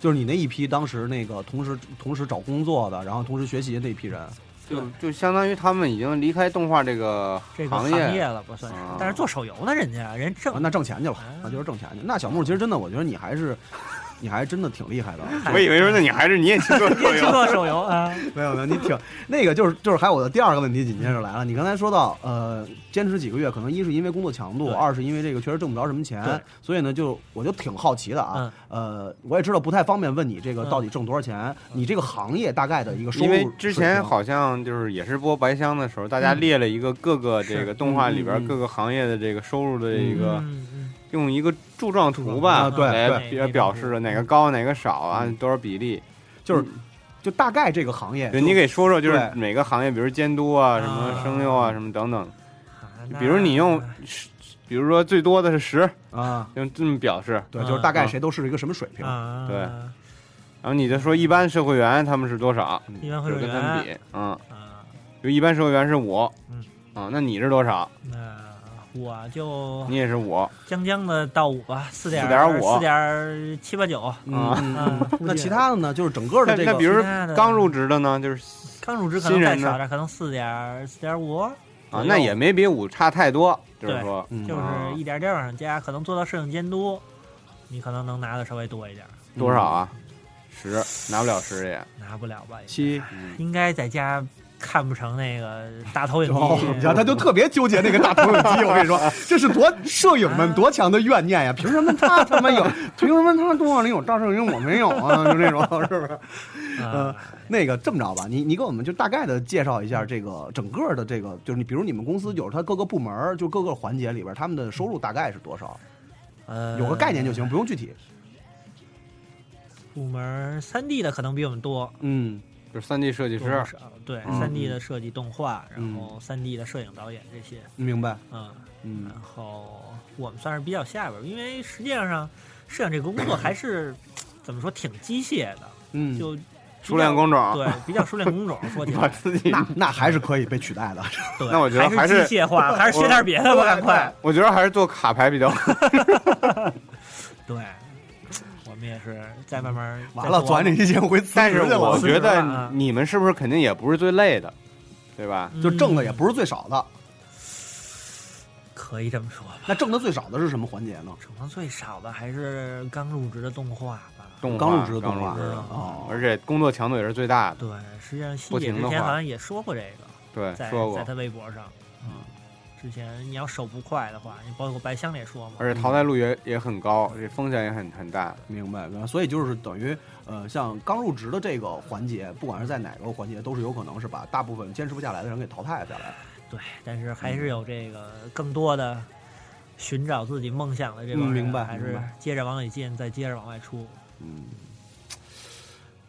就是你那一批当时那个同时同时找工作的，然后同时学习的那一批人，
就就相当于他们已经离开动画这个
这个行业了吧算是
啊。
但是做手游的人家人挣
啊那挣钱去了
啊，
那就是挣钱去。那小木其实真的，我觉得你还是，你还真的挺厉
(laughs)
害的。
我以为说那你还是你也去做手
也去
游，
(laughs) 做手游啊，
没有没有，你挺那个就是就是还有我的第二个问题紧接着来了。你刚才说到呃，坚持几个月，可能一是因为工作强度，
对
二是因为这个确实挣不着什么钱
对，
所以呢，就我就挺好奇的啊。呃，我也知道不太方便问你这个
嗯
到底挣多少钱，你这个行业大概的一个收入
(laughs) 因
水平。
为之前好像就是也是播白箱的时候，大家列了一个各个这个动画里边各个行业的这个收入的一个
嗯嗯
用一个柱状图
啊
吧
对
来
对
表表示了哪个高哪个少啊
嗯
多少比例，
就是就大概这个行业，
嗯对你给说说就是
对
每个行业，比如监督啊什么
啊
声优啊什么等等，
啊
比如你用
那
十，比如说最多的是十，
啊，
用这么表示，
对，
嗯
就是大概谁都是一个什么水平。
啊
对然后你就说一般社会员他们是多少，
一
就
般会
是跟
员
他们比，嗯，
啊，
就一般社会员是五，
嗯，
啊，那你是多少？
那我就
你也是五，
将将的到五吧，四点
4.5
四点七八九。
啊
嗯
嗯，
那其他的呢？就是整个
那
的这个，
那比如
其他的
刚入职的呢，就是
刚入职可
新
能
人
再
呢
少点，可能四点四点五，
啊，
左右
那也没比五差太多，就是
对
说，
嗯
就是
嗯
一点点往上加，可能做到摄影监督，你可能能拿的稍微多一点，
多少啊？十拿不了十也，
拿不了吧？也
七。
嗯，
应该在家看不成那个大 (laughs) 投影
哦，你
机
看，，
啊
他就特别纠结那个大投影机，我跟你说，这是多摄影们多强的怨念呀！凭什么他他妈有，凭什么他动画里有照摄影我没有啊？就这种，是不是？呃
嗯，
那个这么着吧，你你给我们就大概的介绍一下这个整个的这个，就是你比如你们公司有它各个部门儿，就各个环节里边儿他们的收入大概是多少，
呃，
有个概念就行，不用具体。
部门三 D 的可能比我们多，
嗯
就是三 D 设计
多
师
不，少对
嗯
三 D 的设计动画，
嗯
然后三 D 的摄影导演这些，
明白。
嗯，
嗯
然后我们算是比较下边儿，因
(clears throat)
为实际上上摄影这个工作还是怎么说挺机械的，
嗯，
就
熟练工种，
对，比较熟练工种。
(laughs)
说起
把
来，
自己，
那那还是可以被取代的。
对，
那我觉得
还
还是
机
(laughs)
械化，还是学点别的吧，赶快。
我觉得还是做卡牌
(laughs)
比较好。
对，我们也是在外面儿
完了，做完这期节目回辞
但
职
是
去了，
我觉
了
得
啊
你们是不是肯定也不是最累的，对吧？
嗯
就挣的也不是最少的。
可以这么说吧。
那挣的最少的是什么环节呢？
可能最少的还是刚入职的动画吧。
动
刚
画
入职的动画
刚入职
嗯
哦
而且工作强度也是最大的。
对，实际上西
不
姐
停
之
地
前
画
好像也说过这个，
对，
在
说
在
过
她。微博上，
嗯，
之前你要手不快的话，你包括白香也说嘛，
而且淘汰率也也很高，这风险也很很大。
明白明白。所以就是等于呃，像刚入职的这个环节，不管是在哪个环节，都是有可能是把大部分坚持不下来的人给淘汰下来。
对，但是还是有这个更多的寻找自己梦想的这帮
嗯
人，
明白
还
明
是
白
接着往里进，再接着往外出。
嗯，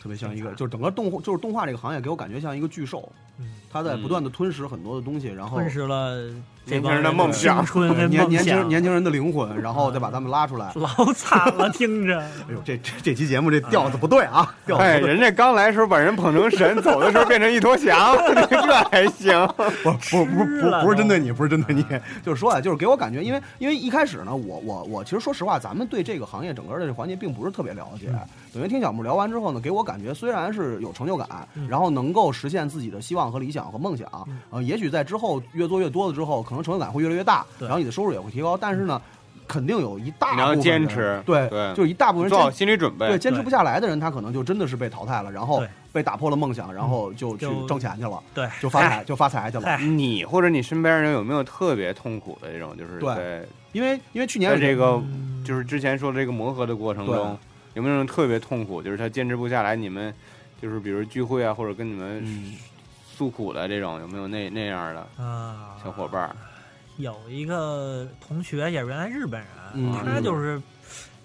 特别像一个，
挺惨
就是整个动画，就是动画这个行业给我感觉像一个巨兽，
嗯，
它在不断的吞噬很多的东西，然后
吞噬了这
年
帮
轻人的梦想
青春跟
年
梦
年轻
想，
年轻人的灵魂，然后再把他们拉出来。
老惨了，听着。
哎呦，这这这期节目这调子不对啊，调子
哎，
不对。
人家刚来的时候把人捧成神，走的时候变成一坨翔， (laughs) 这还行。
不不不
吃
不
了
不是针对
都
你，不是针对你， (laughs) 就是说啊，就是给我感觉，因为因为一开始呢，我我我其实说实话，咱们对这个行业整个的这环节并不是特别了解。
嗯
等于听小木聊完之后呢，给我感觉虽然是有成就感，
嗯
然后能够实现自己的希望和理想和梦想，呃，也许在之后越做越多了之后，可能成就感会越来越大，
对
然后你的收入也会提高，但是呢，肯定有一大部
你
分
要
人
坚持
对
对
就是一大部分人
做
坚
好心理准
对
备。
坚持
对
不下来的人，他可能就真的是被淘汰了，然后
对嗯
被打破了梦想，然后就去
就
挣钱去了，
对，
就发财
哎。
就发财去了。
哎
你或者你身边人有没有特别痛苦的这种，就是
对
在
因为因为去年
在这个
嗯
就是之前说的这个磨合的过程
对
中，有没有人特别痛苦，就是他坚持不下来，你们就是比如聚会啊，或者跟你们
嗯，
诉苦的这种，有没有那那样的
啊，
小伙伴儿？
有一个同学也是原来日本人，
嗯
他就是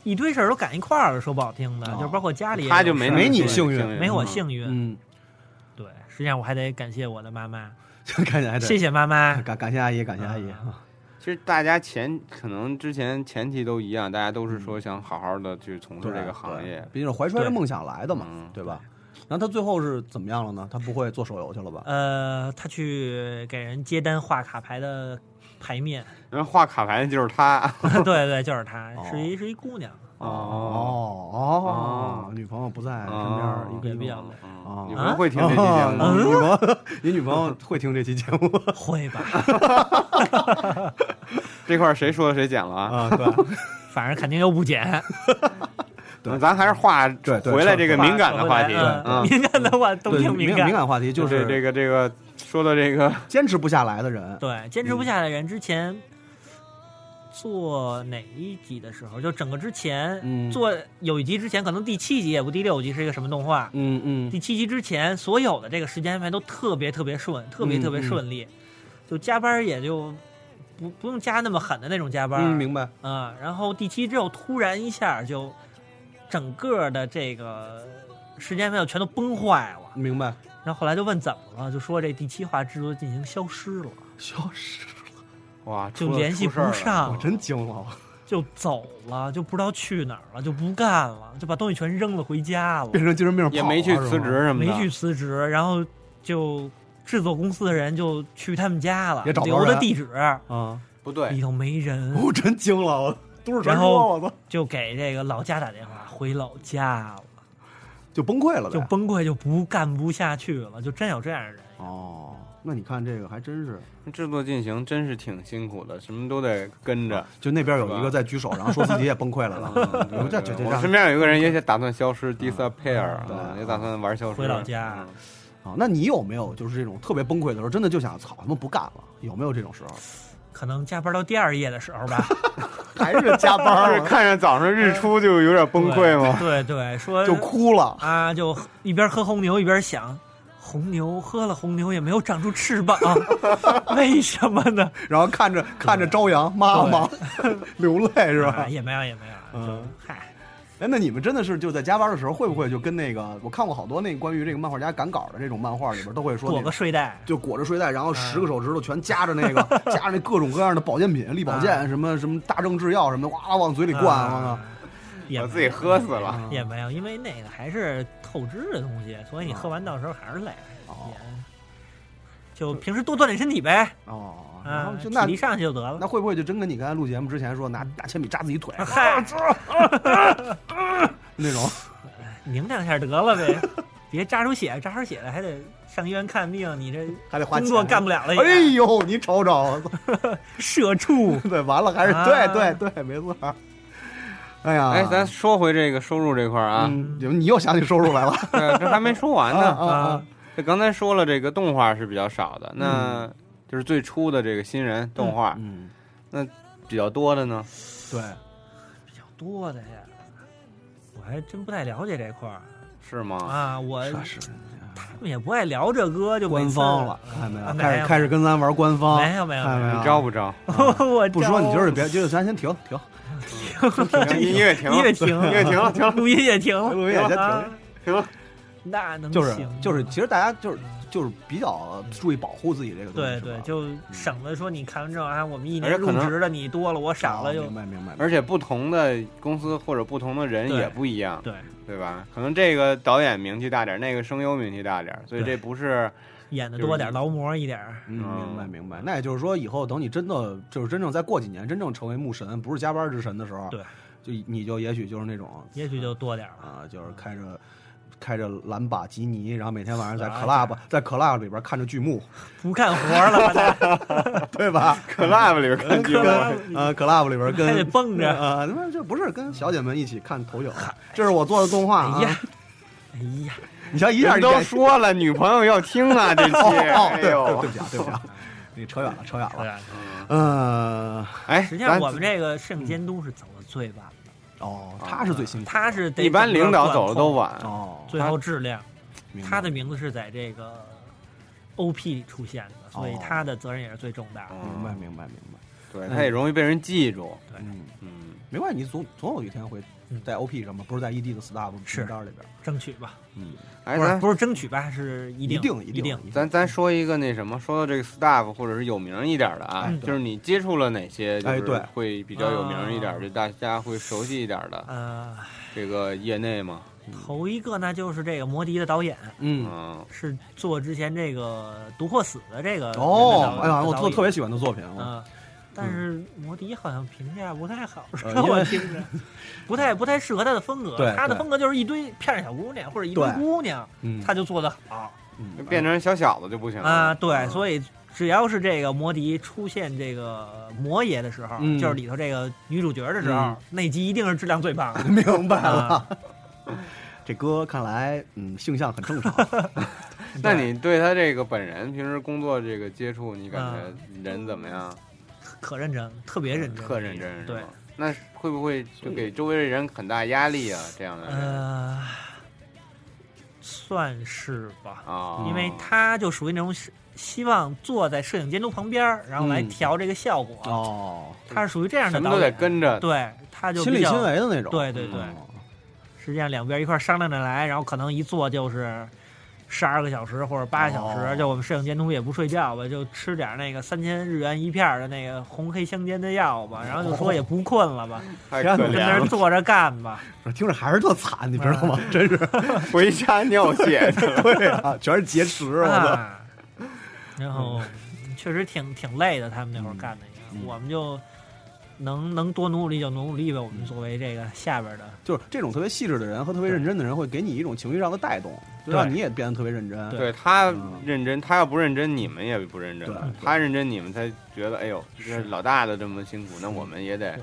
一堆事儿都赶一块儿了，说不好听的，
哦
就是包括家里也有事儿，
他就没那么
没你
幸
幸运
没我
嗯
幸运。
嗯，
对，实际上我还得感谢我的妈妈，
感谢还得啊
谢谢妈妈。
感感谢阿姨，感谢阿姨。
啊
其实大家前可能之前前提都一样，大家都是说想好好的去从事这个行业
对，毕竟是怀揣着
对
梦想来的嘛，
嗯
对吧？然后他最后是怎么样了呢？他不会做手游去了吧？
呃，他去给人接单画卡牌的牌面， (laughs)
然后画卡牌的就是他。
对对，就是她，
哦
是一是一姑娘，
哦，哦
哦女朋友不在身
哦
边，一个
也比较累。
嗯
哦
你们会听这期节目
哦
吗？
你女朋友， (laughs) 你女朋友会听这期节目吗
会吧？
这块儿谁说谁剪了啊？
啊？对，
反正肯定有不减，
对
那咱还是画
对对
回来这个敏感的话题，
嗯
嗯，
敏感的话 (laughs) 都
对
挺
敏
感。
敏感话题，就
就是
是
这个这个说到这个
坚持不下来的人，
对，坚持不下来的人之前做哪一集的时候，就整个之前、
嗯
做有一集之前，可能第七集也不第六集是一个什么动画，
嗯嗯，
第七集之前所有的这个时间安排都特别特别顺，特别
嗯
特别顺利，就加班也就不不用加那么狠的那种加班，
嗯，明白，
啊、然后第七之后突然一下就整个的这个时间安排就全都崩坏了。
明白，
然后后来就问怎么了，就说这第七话制作进行消失了，
消失，
哇，
就
出了
联系
出事
不
儿了
上，
我真惊了，
就走了，就不知道去哪儿了，就不干了，就把东西全扔了回家了，
变成精神病跑了
也没去辞，职什么
没
的，
去辞职，然后就制作公司的人就去他们家了，
也找不着
留的
人哦
地址，
是吗啊！
不对
里，头没
(laughs)
人，
我真惊了，我都市传
然后
说，我操，
就给这个老家打电话，回老家了，
就崩溃了呗，
就崩溃，就不干不下去了，就真有这样的人，
哦，那你看这个还真是，
制作进行真是挺辛苦的，什么都得跟着。
就那边有
是吧
一个在举手，然后说自己也崩溃
(laughs)
了呢
嗯
我这这这
我
让
身边有一个人也打算消失，disappear，
对
嗯也打算玩消失，
回老家
嗯。
啊，那你有没有就是这种特别崩溃的时候，真的就想操他妈不干了？有没有这种时候？
可能加班到第二夜的时候吧，
还是加班
当时
儿
看着早上日出就有点崩溃吗？
对对，
(laughs)
说
就哭了？
啊，就一边喝红牛一边想，红牛喝了红牛也没有长出翅
(laughs)
膀，为什么呢？
然后看着看着朝阳，妈妈流泪是
啊
吧？
也没有也没有，就
嗯
嗨，
哎，那你们真的是就在加班的时候，会不会就跟那个我看过好多那个关于这个漫画家赶稿的这种漫画里边都会说
裹
那
个
个。
睡袋，
就裹着睡袋，然后十个
嗯
手指头全夹着
(laughs)
那个，夹着
嗯
那各种各样的保健品、力保健，什么什么大正制药什么的，哇往嘴里灌，我操！
啊也
我
没
自己
有
喝死
啊
了。
嗯也没有，因为那个还是透支的东西，所以你喝完到时候还是累。
哦
也就平时多锻炼身体呗，
哦，然
啊
后，
体
就那
力上去就得
那
了。
会不会就真跟你刚才录节目之前说拿拿铅笔扎自己腿
(laughs) 嗨，
那
(laughs)
种？
明亮一下得了呗， (laughs) 别扎出血，扎出血了还得上医院看病，你这
还得花
工
钱
作干不了了也。
哎呦，你瞅瞅，
社畜，
对，完了还是
啊
对对对，没错。哎呀，
哎，咱说回这个收入这块儿啊，
嗯，你你又想起收入来了
对这还没说完呢。
啊 (laughs) 啊！
这刚才说了，这个动画是比较少的，那就是最初的这个新人动画
嗯，
比较多的呢。
对，
比较多的呀，我还真不太了解这块儿
是
哦
吗？
啊，我
确实
他们也不爱聊这歌，就每
官
次
方了，看没
啊
有？
没
开
有
始开始跟咱玩官方，
没有没有
看
没
没
有，
有？
你招不
(laughs)
招？
(laughs) 我
不说你
招
就是别，就是咱先停停，
音乐停了，
音乐停了
音乐停了，停了。
录音也停了，
(laughs) 录音也先停
啊 (laughs)
停了，
那能
就是
嗯行吗
就是，其实大家就是就是比较注意保护自己这个东西，
对
是吧嗯
对，就省得说你看完之后啊，我们一
而且
年
可
入
能
职的你多了，我少了
哦
就
明白明白，明白
而且不同的公司或者不同的人
对
也不一样，
对
对吧？可能这个导演名气大点儿，那个声优名气大点儿，所以
对
这不是
演的多点儿，劳模一点儿。
嗯，
嗯
明白明白。那也就是说，以后等你真的就是真正再过几年，真正成为牧神，不是加班之神的时候，
对，
就你就也许就是那种，
也许就多点儿了。
啊、就是开着开着兰博基尼，然后每天晚上在
啊
club 在 club 里边看着剧目，
不干活了，大
(laughs) 啊
家
对吧？
club 里边看剧
(laughs) 对吧
呃，club 里边跟
还得蹦着
啊，他妈这不是跟小姐们一起看投影，这是我做的动画
哎
啊
呀！，哎呀，
你瞧一
一
下
下
就
都
改
说了，女朋友要听啊，这期。
哦哦，
哎
对
呦
对，不起啊，对不起啊，你扯远了，扯远
对啊
了。
吧
嗯，
哎，
实际上
咱
我们这个摄影监督是走的最晚的，
哦，他是最辛苦的，
他是得
一般领导走的都
管
晚，
哦
控，最后质量，
明白
他的名字是在这个 OP 里出现的，所以
哦
他的责任也是最重大的。
明白明白明白，
对，他也容易被人记住。
嗯。
嗯，
明白，你总总有一天会在 OP 上面，不是在 ED 的 staff
嗯是
名单里边。
争取吧，
嗯，
哎，
不是
咱
不是争取吧，是一定
定
一
定一
咱咱说一个那什么，说到这个 staff 或者是有名一点的啊
嗯，
就是你接触了哪些，就
哎
是
对
会比较有名一点，
啊
就大家会熟悉一点的
呃，
这个业内嘛。
头一个呢就是这个摩迪的导演，
嗯，
嗯，
是做之前这个《毒或死》的这个
哦，哎呀，我
做
特特别喜欢的作品，啊我
嗯，但是摩迪好像评价不太好，
呃因为
我听着，不太不太适合他的风格。
对
他的
对
风格就是一堆漂亮小姑娘或者一堆
对
姑娘，
嗯，
他就做得好
嗯
变成小小子就不行了
啊。对，
以
所以只要是这个摩迪出现这个摩爷的时候，
嗯
就是里头这个女主角的时候，
嗯
那集一定是质量最棒的。
(laughs) 明白
啊
了。这歌看来，嗯，性向很
(laughs)
正常。
那你对他这个本人平时工作这个接触，你感觉人怎么样？
可认真，特别嗯认真，
特认真是
对
吗，？那会不会就给周围的人很大压力啊？这样的人
呃，算是吧。
啊，
因为他就属于那种希希望坐在摄影监督旁边儿，然后来
嗯
调这个效果。
哦，
他是属于这样的
什么
导
都
演，
得跟着，
对，他就
亲
比
力
较
亲为的那种。
对对对
嗯
实际上两边一块儿商量着来，然后可能一坐就是十二个小时或者八个小时，
哦
就我们摄影监督也不睡觉吧，就吃点那个三千日元一片儿的那个红黑相间的药
哦
吧，然后就说也不困
(laughs)
了吧，
太可
跟
怜
那儿
了，
坐着干吧，
我听着还是特惨，你知道吗？
嗯
真是，
回家尿
(laughs)
血去了。
对啊，全 (laughs) 是劫持，我操！ (laughs)
啊，然后确实挺挺累的，他们那会儿干的，
嗯嗯
我们就。能能多努力就努努力呗，我们作为这个下边的，
就是这种特别细致的人和特别认真的人，会给你一种情绪上的带动，就
对
让你也变得特别认真。
对他
嗯
认真，他要不认真，你们也不认真
对对。
他认真，你们才觉得，哎呦，这老大的这么辛苦，那我们也得
对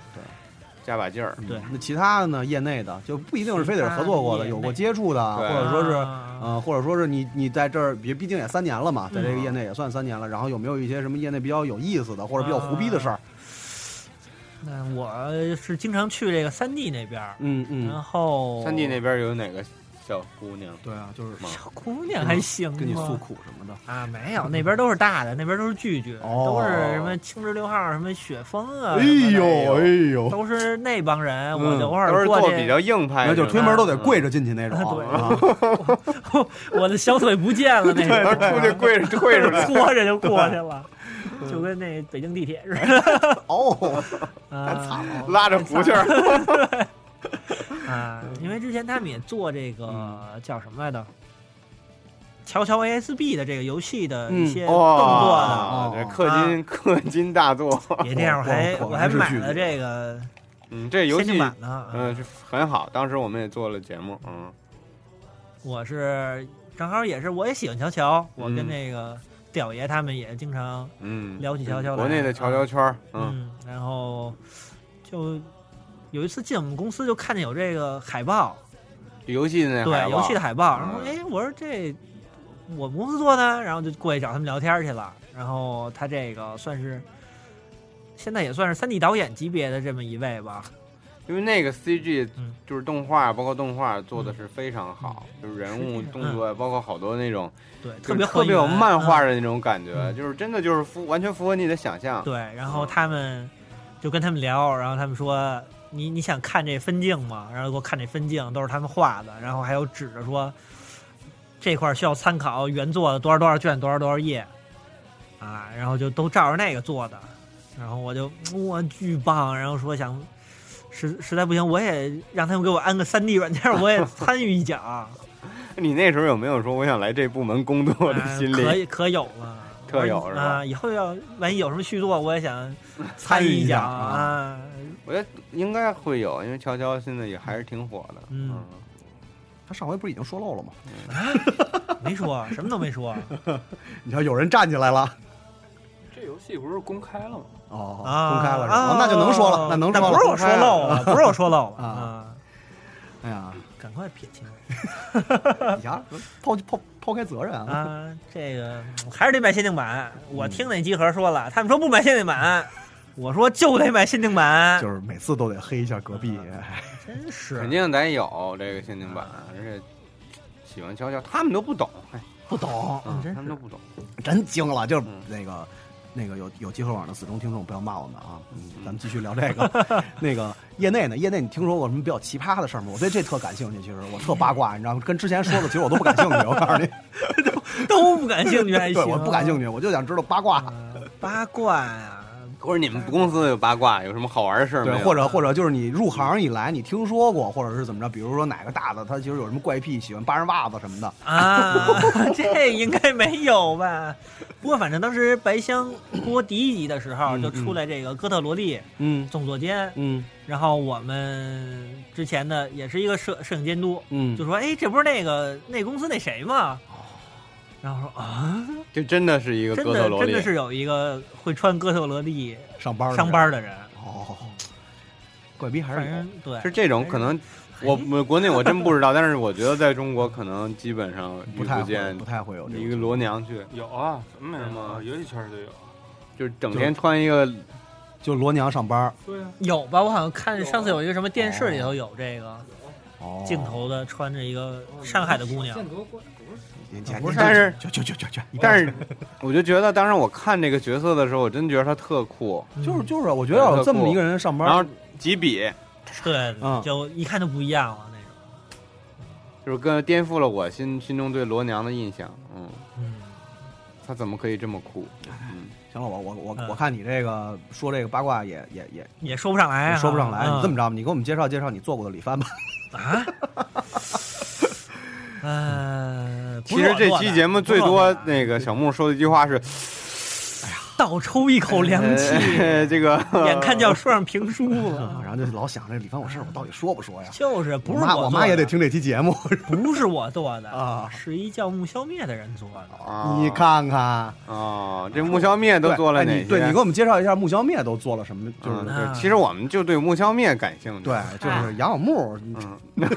加把劲儿。
嗯
对
那其他的呢？业内的就不一定是非得是合作过的，
其他业内
有过接触的，或
对
者说是
啊嗯
呃，或者说是你你在这儿，毕毕竟也三年了嘛，在这个业内也算三年了。然后有没有一些什么业内比较有意思的或者比较胡逼的事
啊
儿？
那我是经常去这个三 D 那边儿，
嗯嗯
然，后
三弟那边有哪个小姑娘
对啊，就是
吗？
小姑娘还行吗
嗯跟你诉苦什么的。
啊，没有，那边都是大的，那边都是巨巨，
哦
都是什么青石六号、什么雪峰啊，
哎
什
呦
么
哎
的
呦，
都是那帮人，
嗯
我就偶
都
尔
是
过
做
去，
比较硬派的，
那就是推门都得跪着进去那种
(laughs) 嗯对
啊。 (laughs)
我的小腿不见了那
嗯，
种，
他
(laughs)
出去跪着跪着来。
拖着就过去
(laughs)
了，
嗯
就跟那北京地铁似的，
哦，
啊，
拉着胡琴儿，
啊，因为之前他们也做这个叫什么来着，《乔乔 ASB》的这个游戏的一
嗯
些动作啊
哇
哦
这氪金氪金大
(laughs)
作，
的，也这样，我还
广
我还
广之
买
巨
了
作
这个
嗯，这游
限定
戏
版呢。啊
嗯是很好，当时我们也做了节目，嗯
我是正好也是，我也喜欢乔乔，我跟
嗯
那个屌爷他们也经常，
嗯，
聊起乔乔来
国内的乔乔圈儿，嗯
啊嗯，然后就有一次进我们公司就看见有这个海报，
游戏的那海
对，
报
游戏的海报，然后
嗯
哎，我说这我们公司做的，然后就过去找他们聊天去了。然后他这个算是现在也算是三 D 导演级别的这么一位吧，
因为那个 CG
嗯
就是动画，包括动画做的是非常好，就是人物
是的
动作，包括好多那种
对，
就是
别
特
特
别有漫画
嗯
的那种感觉，
嗯
就是真的就是符完全符合你的想象。
对，然后他们就跟他们聊，然后他们说你你想看这分镜吗？然后给我看这分镜都是他们画的，然后还有指着说这块儿需要参考原作的多少多少卷多少多少页啊，然后就都照着那个做的，然后我就哇巨棒，然后说想。实实在不行，我也让他们给我安个三 D 软件，我也参与一脚，
(laughs) 你那时候有没有说我想来这部门工作的
啊
心
可
理？
以可有了，
特有是吧
啊！以后要万一有什么续作，我也想参与一
一
脚
下
啊！
我觉得应该会有，因为乔乔现在也还是挺火的。
嗯
嗯，
他上回不是已经说漏了吗？
没说，什么都没说
你瞧，有人站起来了。
这游戏不是公开了吗？
哦，
啊！
公开了是吧？
啊
哦那就能说了，那能说
但
了。
不是我说漏了，不是我说漏
啊
了啊！
哎呀，
赶快撇清
你瞧，抛抛抛开责任啊！
啊！这个还是得买限定版。我听那集合说了，他们说不买限定版，我说就得买限定版，
就是每次都得黑一下隔
啊
壁，哎
真是嗯
肯定得有这个限定版，而且喜欢乔乔，他们都不懂，哎
不懂，
嗯
真
他们都
是
不懂。
真惊了。就是
嗯
那个那个有有集合网的死忠听众，不要骂我们啊！嗯咱们继续聊这
(laughs)
个。那个业内呢？业内你听说过什么比较奇葩的事儿吗？我对这特感兴趣，其实我特八卦，你知道吗？跟之前说的，其实我都不感兴趣。我告诉你，
都不感兴趣， (laughs)
(laughs)
还
对
行，
我不感兴趣，我就想知道八卦。
啊。八卦呀，
或者你们公司有八卦，有什么好玩的事儿没
对，
有？
或者或者就是你入行以来，你听说过，或者是怎么着？比如说哪个大的他其实有什么怪癖，喜欢扒人袜子什么的，
啊， (laughs) 这应该没有吧？不过反正当时白香播第一集的时候，
嗯
就出来这个哥特萝莉
嗯
总作监，
嗯
然后我们之前的也是一个摄摄影监督，
嗯哦
就说：“哎，这不是那个那公司那谁吗？”然后说：“啊，
这真的是一个
真
哥特
的
萝
真
莉
的，是有一个会穿哥特萝莉
上班儿的
上班的人，
哦，怪逼还
反
是有
正对，
是这种可能
哎
我我国内我真不知道，但是我觉得在中国可能基本上遇
不太会
见
不太会有这
一
个
个罗娘去，
有啊，怎么没有
嗯
吗？游戏圈就有。
就是整天穿一个
就罗娘上班儿
对啊，
有吧？我好像看
有啊
上次有一个什么电视里头有这个
哦
镜，头的，穿着一个上海的姑娘。”
多怪，不是
你你
不是
你
但是
去去去去去，你
(laughs) 但是我就觉得当时我看这个角色的时候，我真觉得他特酷。
嗯
就是就是，啊我觉得要有这么一个人上班
然
儿，
后几笔
对，
嗯
就一看就不一样了那种。
就是跟颠覆了我心心中对罗娘的印象。嗯，
嗯，
他怎么可以这么酷？
行了，我我我
嗯
我看你这个说这个八卦也也也
也说不上来、
也
啊，
说不上来，你这么
着
着吧，你给我们介绍介绍你做过的李帆吧。
啊？呃，不
其
是
实
我
这
做
期
的
节目最
不是我
多
做的
那个小木说的一句话是
倒抽一口
哎
凉气，
呃这
(laughs)
个
(laughs) 眼看就要说上评书
啊，(laughs)
了。
然后就老想这李帆我事儿我到底说不说呀？
(laughs) 就是不是
我妈
做
我妈也得
的，
听这期节目
不是我做的，
(laughs) 啊。
是一叫木消灭的人做
(laughs)
的。
啊
你看看，
哦，这木消灭都做了哪
对哎
些？
你对你给我们介绍一下木消灭都做了什么？就是
嗯，
啊
对，其实我们就对木消灭感兴趣。
对，就是杨小木，
(laughs) 嗯，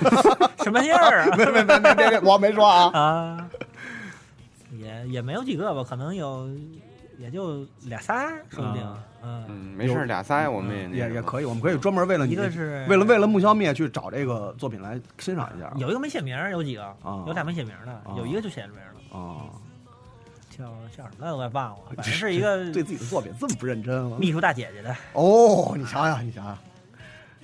什么样儿啊？
别别别别别别，我没说啊。
啊，也也没有几个吧，可能有也就俩仨，说不定
啊。
嗯，
嗯，
没事儿，俩仨我们也那
嗯也
什
也
么
可以，我们可以专门为了你，
一个是
嗯为了为了木消灭去找这个作品来欣赏一下。
有一个没写名儿，有几个，
啊
有俩没写名儿的，有一个就写着名儿了，
啊，
叫叫什么来着我也忘了，反正是一个
对自己的作品这么不认真吗？
秘书大姐姐的，
哦，你想想，你想想，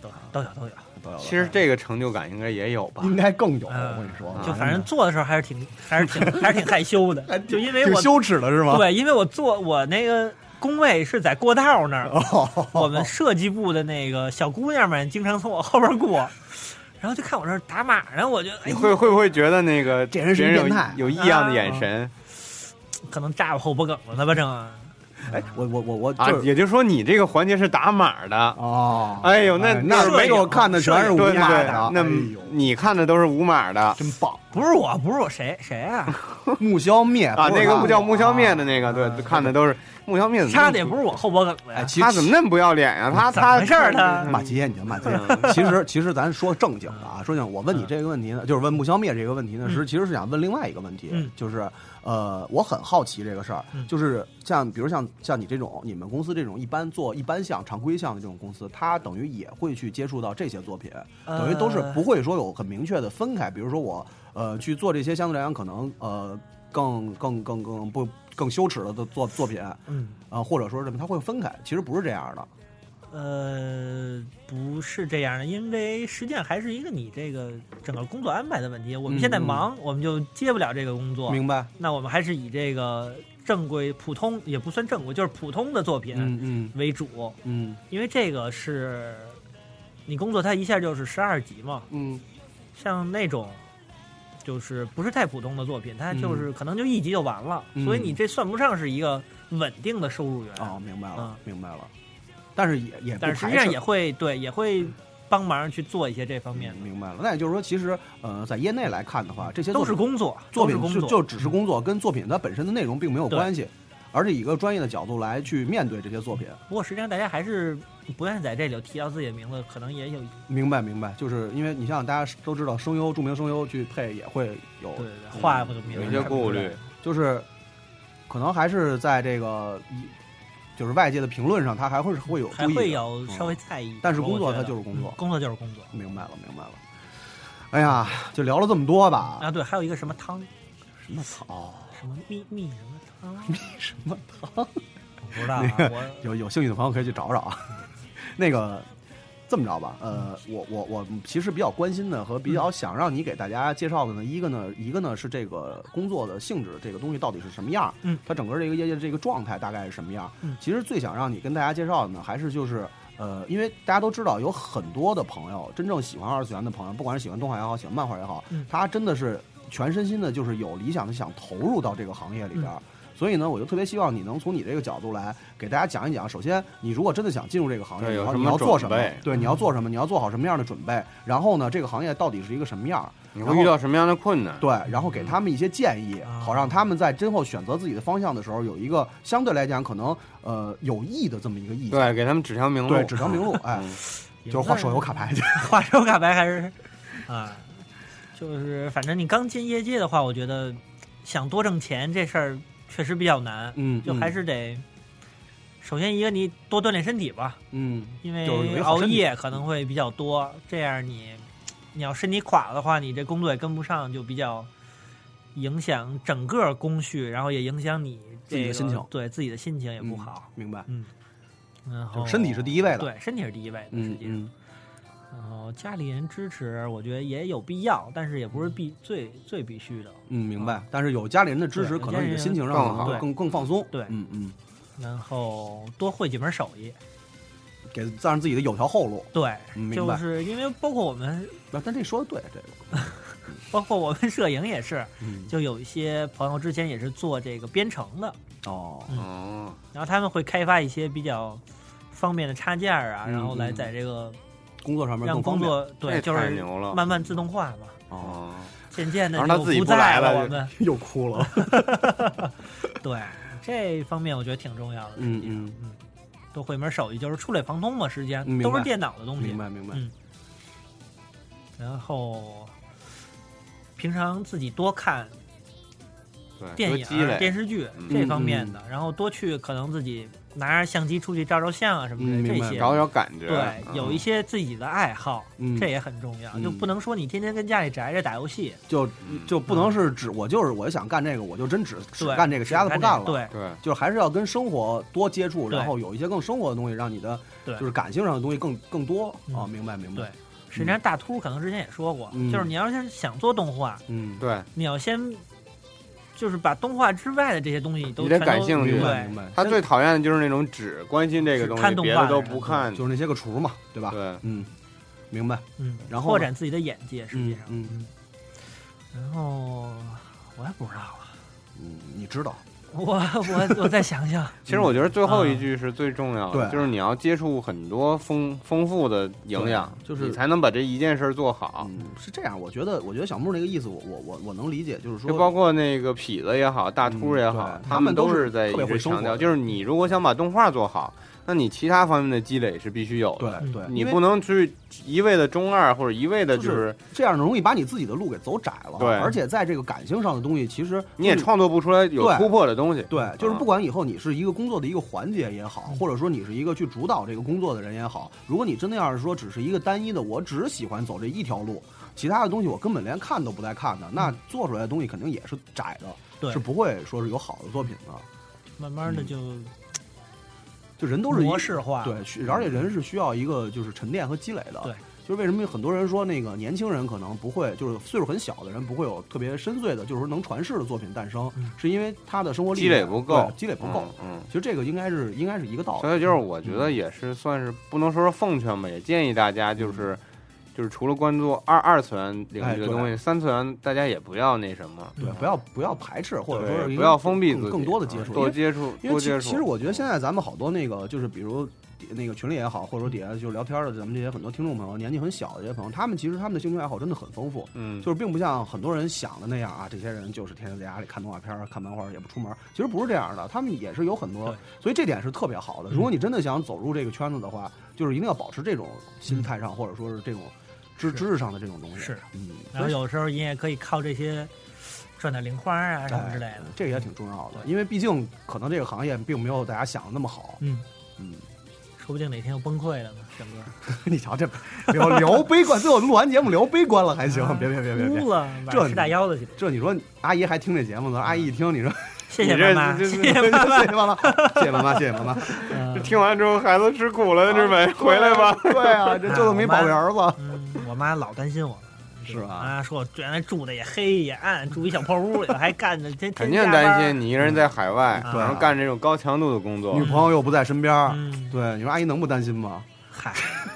都都有都有，
都有了
其实这个成就感应该也有吧？
应该更有，
嗯
我啊跟你说，
就
(laughs)
反正做的时候还是挺还是挺还是挺害羞的，就因为
哎挺
我
羞耻的是吗？
对，因为我做我那个。工位是在过道那儿，
(laughs) 哦，
我们设计部的那个小姑娘们经常从我后边过，然然后就看我这儿打码呢，我觉得哎
你会会不会觉得那个
这人是一
别有
变态嗯
有异样的眼神
可能炸我后脖梗了呢吧，正
哎，我我我我
啊？
就是
也就是说，你这个环节是打码的。
哦，
哎呦，那
哎那
摄
没给我
影
看的全是
对
无
对
码
对
的，哎，
那嗯
呦
你看的都是无码的
真棒，
不是我，不是我，谁
(laughs)
谁啊？
木消灭
啊，那个不叫木消灭的那个，
啊
对，看的都是木消灭的。
他的也不是我后脖梗的
哎，
呀，
其
他
实
怎么那么不要脸呀？他
怎么
他
回事儿他
嗯
啊骂街，你就骂街。其实其实咱说正经的啊，说正经，我问你这个问题呢，就是问木消灭这个问题呢，
嗯
是其实是想问另外一个问题，
嗯
就是呃，我很好奇这个事儿，
嗯
就是像比如像像你这种你们公司这种一般做一般项常规项的这种公司，它等于也会去接触到这些作品，
呃
等于都是不会说有很明确的分开，比如说我呃去做这些相对来讲可能呃更更更更不更羞耻的作作品啊、
嗯
呃或者说什么，它会分开，其实不是这样的。
呃，不是这样的，因为实际上还是一个你这个整个工作安排的问题。我们现在
嗯嗯
忙，我们就接不了这个工作。
明白？
那我们还是以这个正规、普通也不算正规，就是普通的作品
嗯嗯
为主，
嗯
因为这个是你工作，它一下就是十二集嘛。
嗯
像那种就是不是太普通的作品，它
嗯
就是可能就一集就完了，
嗯
所以你这算不上是一个稳定的收入源。
哦，明白了
啊，
明白了。但是也也不
但是实
排
际上
斥
也会对，也会帮忙去做一些这方面
嗯
的，
明白了。那也就是说，其实呃，在业内来看的话，这些
都
作
是
品
工作，
作
都是
品
工
就
作。嗯
就只是工作，跟作品它本身的内容并没有关系。而且以一个专业的角度来去面对这些作品，
不过实际上大家还是不愿意在这里提到自己的名字，可能也有
明白明白，就是因为你像大家都知道，声优著名声优去配也会有
对对对画不个名
有
字
一些顾虑。
就是可能还是在这个一就是外界的评论上，他还会是会有
还
注意的嗯
会有稍微在意一点、
但是工作
我觉得
它就是工作
嗯工作就是工作
明白了，明白了。哎呀，就聊了这么多吧，哦
啊。对，还有一个什么汤，
什么草，
什么蜜蜜什么汤，
什么 (laughs)
我不知道、啊
那个
我
有有兴趣的朋友可以去找找啊。 (laughs) 那个这么着吧，呃，我我我其实比较关心的和比
嗯
较想让你给大家介绍的呢，一个呢，一个呢是这个工作的性质，这个东西到底是什么样儿，
嗯
它整个这个业界这个状态大概是什么样儿。
嗯
其实最想让你跟大家介绍的呢，还是就是。呃，因为大家都知道，有很多的朋友，真正喜欢二次元的朋友，不管是喜欢动画也好，喜欢漫画也好，
嗯
他真的是全身心的，就是有理想的想投入到这个行业里边
嗯
儿。所以呢，我就特别希望你能从你这个角度来给大家讲一讲。首先，你如果真的想进入这个行业，
对
你
有
要
什
你
么
要做什么
准备？
对，你
嗯
要做什么？你要做好什么样的准备？然后呢，这个行业到底是一个什么样儿？
嗯
你会遇到什么样的困难？
对，然后给他们一些建议，
啊
好让他们在今后选择自己的方向的时候，有一个相对来讲可能呃有益的这么一个意见。
对，给他们指条明路。
对，指条明路，
(laughs)
哎，
嗯
就是画手游卡牌去。
画手卡牌还是啊，就是反正你刚进业界的话，我觉得想多挣钱这事儿确实比较难，
嗯，
就还是得、首先一个你多锻炼身体吧，
嗯
因
就是有一
为
个好
熬
身体
夜可能会比较多，这样你你要身体垮了的话，你这工作也跟不上，就比较影响整个工序，然后也影响你、
自
这
己的
个
心情
对自己的心情也不
嗯
好。
明白。
嗯，然
就
后
是身体是第一位的。
对，身体是第一位的，实
嗯
际上。
嗯，
然后家里人支持，我觉得也有必要，但是也不是必最最必须的。
嗯，明白。但是有家里人的支持，
啊对
可能你的
有家里人
心情上
更
可能
好
会更更放松。
对
嗯嗯，
然后多会几门手艺，
给让自己的有条后路。
对，
嗯明
就
白
是因为包括我们，
啊但这说的对，这个，
包括我们摄影也是， (laughs)
嗯，
就有一些朋友之前也是做这个编程的，
哦，
哦，
然后他们会开发一些比较方便的插件儿啊，
嗯
然后来在这个
工作上面
让
更方
工
便。哎
作对，
这
就
太
是
牛了。
慢慢自动化嘛。
哦，
哦，
渐渐的
而他
就
自己
不
不来
在
了
我
就
们
又哭了。
对这方面我觉得挺重要的。
嗯嗯，
嗯，都会一门手艺，就是触类旁通嘛，实际上
嗯明白
都是电脑的东西
明。白明白。
嗯，然后平常自己多看
啊
对，
电
多
影
积
啊、
累。
电视剧
嗯
这方面的，然后多去可能自己拿着相机出去照照相啊什
嗯
么的
明
这
白
些。
找找感觉，
对，
嗯
有一些自己的爱好，
嗯，
这也很重要，
嗯
就不能说你天天跟家里宅着打游戏，
就
嗯
就不能是只我就是我想干这个，我就真只只
对，
干这个，其他的不干了。，
对
对，
就是还是要跟生活多接触，
对
然后有一些更生活的东西，让你的
对
就是感性上的东西更更多
嗯
啊。明白明白。
对，实际上大秃可能之前也说过，
嗯
就是你要是想做动画，
嗯，
对，
你要先就是把动画之外的这些东西都
你得
全都
感兴趣
明白
对
明，白。
他最讨厌的就是那种只关心这个东
只看
西，
动
嗯
画
别的都不看。
就是那些个厨嘛，对吧？
对，
嗯，明白？
嗯，
然后呢
拓展自己的眼界，实际上，
嗯
嗯，然后我也不知道了，
嗯，你知道，
我我我再想想，
其实我觉得最后一句是最重要的，
嗯对
就是你要接触很多丰丰富的营养，
对就是
你才能把这一件事儿做好。
嗯，是这样。我觉得，我觉得小木那个意思我，我我我能理解，就是说，
就包括那个痞子也好，大秃也好，
嗯
他都在一
对他们都是特别
直
会生活
强调，
的
就是你如果想把动画做好，那你其他方面的积累是必须有的。
对
嗯
对，
你
因为
不能去一味的中二，或者一味的就
就是这样容易把你自己的路给走窄了。
对
而且在这个感性上的东西，其实
你也
就是
创作不出来有
对
突破的东西。
对，就是
啊
不管以后你是一个工作的一个环节也好，
嗯
或者说你是一个去主导这个工作的人也好，如果你真的要是说只是一个单一的，我只喜欢走这一条路，其他的东西我根本连看都不带看的，那做出来的东西肯定也是窄的，
嗯对
是不会说是有好的作品的。
慢慢的就
就嗯人都是一
模式化，
对，需而且人是需要一个就是沉淀和积累的。
啊对，
就是为什么很多人说那个年轻人可能不会，就是岁数很小的人不会有特别深邃的，就是说能传世的作品诞生，
嗯
是因为他的生活历
积累
练
不够
对积累不够。
嗯，
其实这个应该是应该是一个道
嗯
理。
所以就是我觉得也是算是不能说是奉劝吧，也建议大家就是。就是除了关注二二次元领域
哎
的
对嗯
东西，三次元大家也不要那什么，
对，不要不要排斥，或
嗯
者
对
说是
不要封闭自
更
己，
更多的接触，
啊
因
多
为
接触，
因为
多
其
接嗯触。
其实我觉得现在咱们好多那个就是比如那个群里也好，或者说底下就是聊天的咱们这些很多听众朋友，年纪很小的这些朋友，他们其实他们的兴趣爱好真的很丰富，
嗯，
就是并不像很多人想的那样啊，这些人就是天天在家里看动画片儿、看漫画儿，也不出门儿。其实不是这样的，他们也是有很多
对，
所以这点是特别好的。如果你真的想走入这个圈子的话，就是一定要保持这种心态上，或者说是这种知
嗯是
知识上的这种东西。
是，
嗯，
然后有时候你也可以靠这些赚点零花啊什么之类
哎
的，
这个也挺重要的，因为毕竟可能这个行业并没有大家想的那么好。
嗯，
嗯， (laughs)
说不定哪天又崩溃了呢，整个
你瞧这聊聊悲观，最后录完节目聊悲观了 (laughs) 还行？
啊
别别别别别，
哭了，晚
这
上吃大腰子去，
这你说阿姨还听这节目呢？阿姨一听
(laughs)
你说，
谢
你
谢
这
妈妈，
这
谢
这
谢
谢 (laughs) 谢妈妈，谢谢妈妈，谢谢妈妈。
嗯
听完之后，孩子吃苦
啊
了，志伟，回来吧。
(laughs) 对啊，
哎
这舅舅没保着儿子。
(laughs) 嗯，我妈老担心我。
是吧
啊，说我原来住的也黑也暗，住一小破屋里，还干着天
(laughs) 肯
天
定
加班
担心你一个人在海外，
嗯
然后干这种高强度的工作
女。朋友又不在身边儿，
嗯，
对，你说阿姨能不担心吗？
嗨，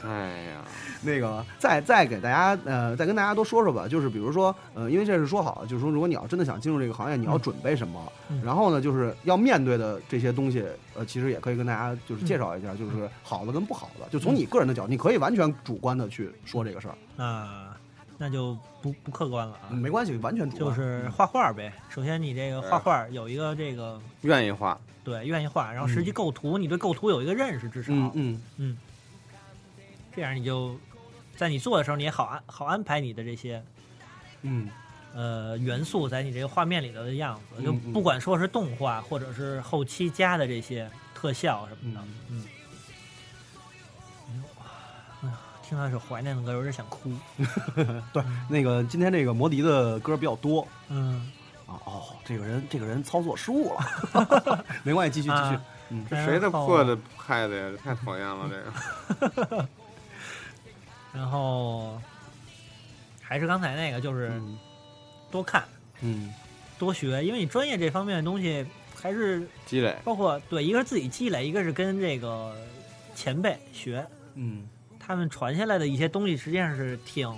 哎呀，
那个，再再给大家呃，再跟大家多说说吧，就是比如说，呃，因为这是说好，就是说，如果你要真的想进入这个行业，你要准备什么，
嗯
然后呢，就是要面对的这些东西，呃，其实也可以跟大家就是
嗯
介绍一下，就是好的跟不好的，就从你个人的角度，你可以完全主观的去说这个事儿，
那啊那就不不客观了啊，
没关系，完全主观，
就是画画呗。首先你这个画画有一个这个
愿意画，
对愿意画，然后实际构图，你对构图有一个认识，至少
嗯嗯，
这样你就在你做的时候，你也好安好安排你的这些
嗯
呃元素在你这个画面里头的样子，
嗯
就
嗯
不管说是动画或者是后期加的这些特效什么的，嗯。哎呦听到一首怀念的歌，有点想哭。
那个今天这个摩迪的歌比较多
嗯，
啊，哦，这个人这个人操作失误了，
(laughs)
没关系，继续继续，
啊
嗯
这谁的破的拍的呀？太讨厌了，这个。
然后还是刚才那个，就是
嗯
多看、
嗯。
多学，因为你专业这方面的东西还是
积累，
包括对，一个是自己积累，一个是跟这个前辈学，
嗯
他们传下来的一些东西，实际上是挺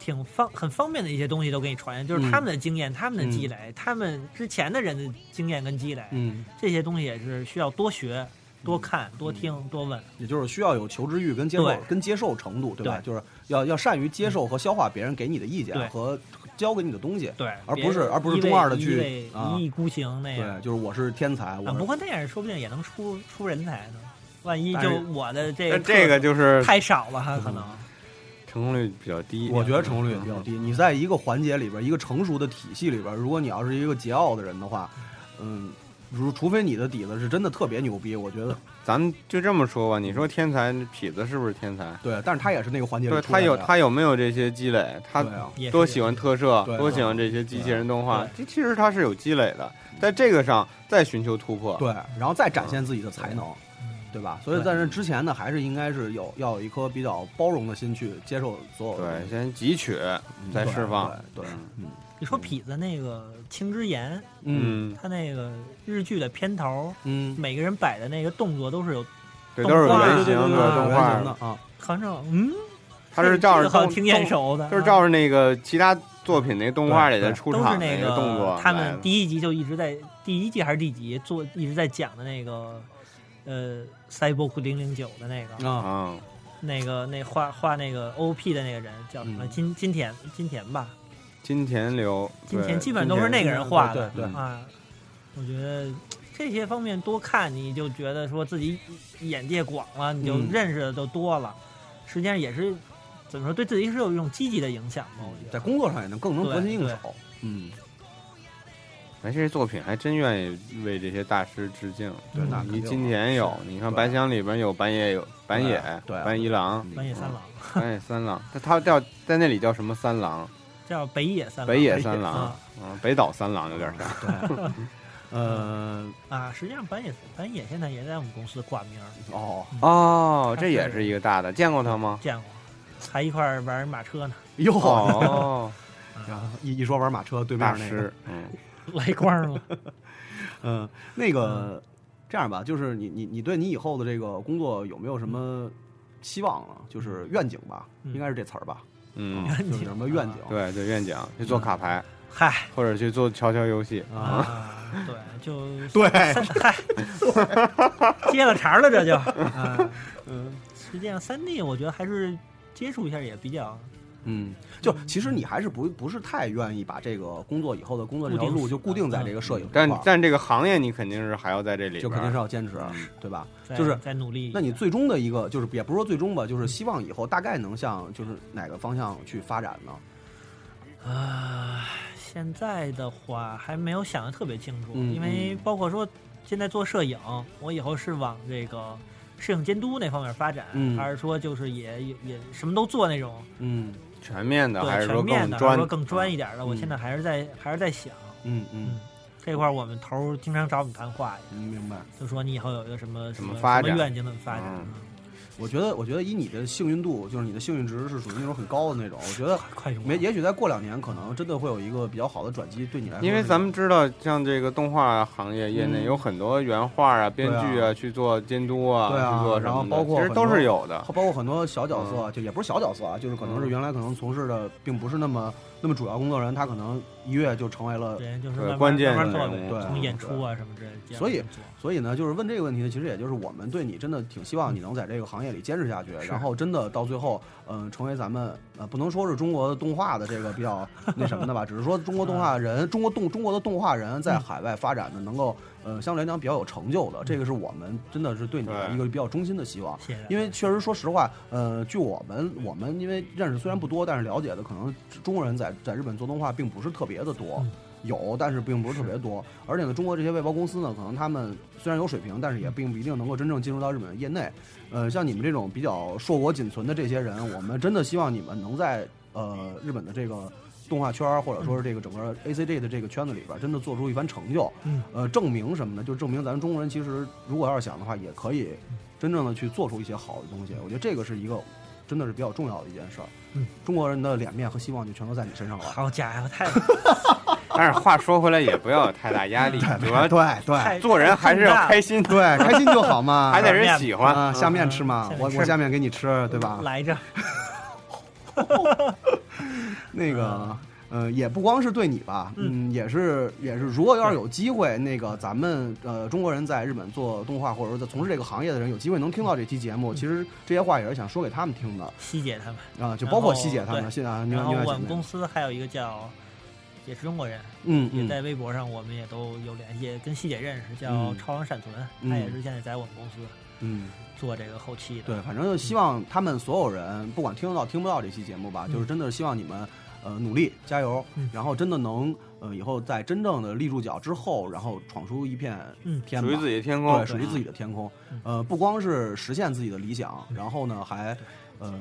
挺方很方便的一些东西都给你传，就是
嗯
他们的经验、他们的积累、他们之前的人的经验跟积累，
嗯，
这些东西也是需要多学、多看、多听、多问。
也就是需要有求知欲跟接受
对
跟接受程度，对吧？
对
就是要要善于接受和消化别人给你的意见
对
和教给你的东西。
对，
而
别
不是而不是
一味
中二的
一
去
味
啊
一意孤行那样。
对，就是我是天才，我
哎啊，
是
不过那样说不定也能出出人才呢。万一
但
就是我的这
但
个
这个
特
就是
太少了
嗯
哈，可能
成功率比较低。
哎我觉得成功率也比较低。你在一个环节里边，一个成熟的体系里边，如果你要是一个桀骜的人的话，嗯，如除非你的底子是真的特别牛逼，我觉得
咱们就这么说吧，你说天才痞子是不是天才？
对。但是他也是那个环节里
对
出
他
来的
有
呀
他有没有这些积累？他
对啊
也是
多喜欢特摄，
对啊
多喜欢这些机器人动画这
对，
其实他是有积累的，
嗯
在这个上再寻求突破。
对，然后再展现自己的才能。
嗯
对吧？所以
对
在这之前呢，还是应该是有要有一颗比较包容的心去接受所有的东
对，
西嗯
先汲取，再释放。
对，对对
你说痞子那个《青之言》，
嗯
嗯，
他那个日剧的片头，
嗯，
每个人摆的那个动作都是有
对，都是有
动画
原型，
对对对
都是动
原
画
型的。啊，
好像嗯，
他是照着
这个好
动
像挺眼，熟的，
动就是
啊
照着那个其他作品那动画里的
对对
出
都是
场
那
个动作来的。
他们第一集就一直在第一季还是第几集做一直在讲的那个，呃，Cyborg 零零九的那个，
啊，
嗯，
那个那画画那个 OP 的那个人叫什么？
嗯
金金田金田吧，
金钱流，
金
对
田基本都是那个人画的
对对对
啊。我觉得这些方面多看，你就觉得说自己眼界广了，你就
嗯
认识的就多了，实际上也是怎么说，对自己是有一种积极的影响吧。我觉
在
得
工作上也能更能得心应手。嗯，
哎，这些作品还真愿意为这些大师致敬。
对，那
你金田有，你看《
对
白箱》里边有板野有板野
对啊
板一郎、
半野三郎
板野三郎，他他叫在那里叫什么三郎？
叫北野三郎，
北野三郎
啊，
嗯，北岛三郎有点像。
对，
(laughs)
呃，
啊，实际上板野板野现在也在我们公司挂名儿，
哦，
哦，
他
这也
是
是一个大的，见过他吗？
见过，还一块儿玩马车呢， (laughs)
哟，
哦，
然后 (laughs) 一一说玩马车，对
大
面那个
师，，嗯，
来光了。
嗯，那个这样吧，就是你你你对你以后的这个工作有没有什么希望啊？就是愿景吧，
嗯
应该是这词儿吧？
嗯，
愿景
就是有什么愿景？
对对，愿景去做卡牌，
嗨
或者去做乔乔游戏，
啊，
啊，对，就
对
三嗨，接了茬儿了，这就啊，
嗯
实际上三 D 我觉得还是接触一下也比较
嗯，就其实你还是不不是太愿意把这个工作以后的工作这条
固定嗯
路就固定在这个摄影
嗯
这
但
块儿，
但这个行业你肯定是还要在这里边儿，
就肯定是要坚持，
嗯
对吧？
在
就是
在努力一下。
那你最终的一个就是也不是说最终吧，就是希望以后大概能向就是哪个方向去发展呢？
啊，现在的话还没有想的特别清楚，
嗯
因为
嗯
包括说现在做摄影，我以后是往这个摄影监督那方面发展，
嗯
还是说就是也也也什么都做那种，
嗯
全面的，
对，
还是说
全面的，还是
专
说更专一点的？我
嗯
现在还是在还是在想
嗯嗯
嗯，这块，我们头儿经常找我们谈话，
嗯，明白。
就说你以后有一个什么
怎
什
么
么
发
什
展
么愿景怎么发展。
嗯
我觉得，我觉得以你的幸运度，就是你的幸运值是属于那种很高的那种。我觉得
快快用
没，也许再过两年，可能真的会有一个比较好的转机对你来说。
因为咱们知道，像这个动画行业业内
嗯
有很多原画啊、编剧
对
啊去做监督啊，
对啊
去做什么的
然后包括
其实都
很多
是有的。
包括很多小角色，就也不是小角色啊，就是可
嗯
能是原来可能从事的并不是那么那么主要工作人，他可能一跃就成为了。
对，就是
对
慢慢
关键
慢慢
的
做
人
呗
物
从
对
演出啊什么之类的。
所以
这样做
所以呢，就是问这个问题呢，其实也就是我们对你真的挺希望你能在这个行业里坚持下去，然后真的到最后，嗯、成为咱们呃不能说是中国的动画的这个比较那什么的吧，只是说中国动画人，中国动中国的动画人在海外发展的能够呃相对来讲比较有成就的，这个是我们真的是对你的
对
一个比较衷心的希望。
谢谢。
因为确实，说实话，呃，据我们我们因为认识虽然不多，但是了解的可能中国人在在日本做动画并不是特别的多，
嗯
有但是并不是特别多。而且呢，中国这些外包公司呢，可能他们虽然有水平，但是也并不一定能够真正进入到日本的业内。呃，像你们这种比较硕果仅存的这些人，我们真的希望你们能在呃日本的这个动画圈儿，或者说是这个整个 ACG 的这个圈子里边儿，真的做出一番成就。
嗯，
呃，证明什么呢？就证明咱中国人其实如果要是想的话，也可以真正的去做出一些好的东西。我觉得这个是一个真的是比较重要的一件事儿。
嗯，
中国人的脸面和希望就全都在你身上了。
好家伙，太
但是话说回来，也不要有太大压力，主要
(laughs) (laughs) 对对
太
做人还是要开心
心。
的，
对，开心就好 (laughs) 嘛。
还得人喜欢。
啊，下面吃嘛，
嗯
我
下面吃
我下面给你 (laughs) 吃，对吧？
来着，
那个，呃，也不光是对你吧，嗯，也是也是，如果要是有机会，那个咱们呃中国人在日本做动画或者说在从事这个行业的人，有机会能听到这期节目，其实这些话也是想说给他们听的
西姐他们。
啊，就包括
然后
西姐他们，
对
现在啊，另
然
外
后
另外
我
姐
们
妹
公，司还有一个叫，也是中国人，
嗯
也
嗯
在微博上我们也都有联系，也跟西姐认识，叫
嗯
超王闪存，
嗯
他也是现在在我们公司
嗯，
做这个后期的。
对，反正就希望他们所有人，不管听得到听不到这期节目吧，就是真的希望你们。呃，努力加油
嗯，
然后真的能，呃，以后在真正的立住脚之后，然后闯出一片
嗯
天吧。
属于自己的天空
对，，属于自己的天空
嗯。
呃，不光是实现自己的理想，然后呢，还呃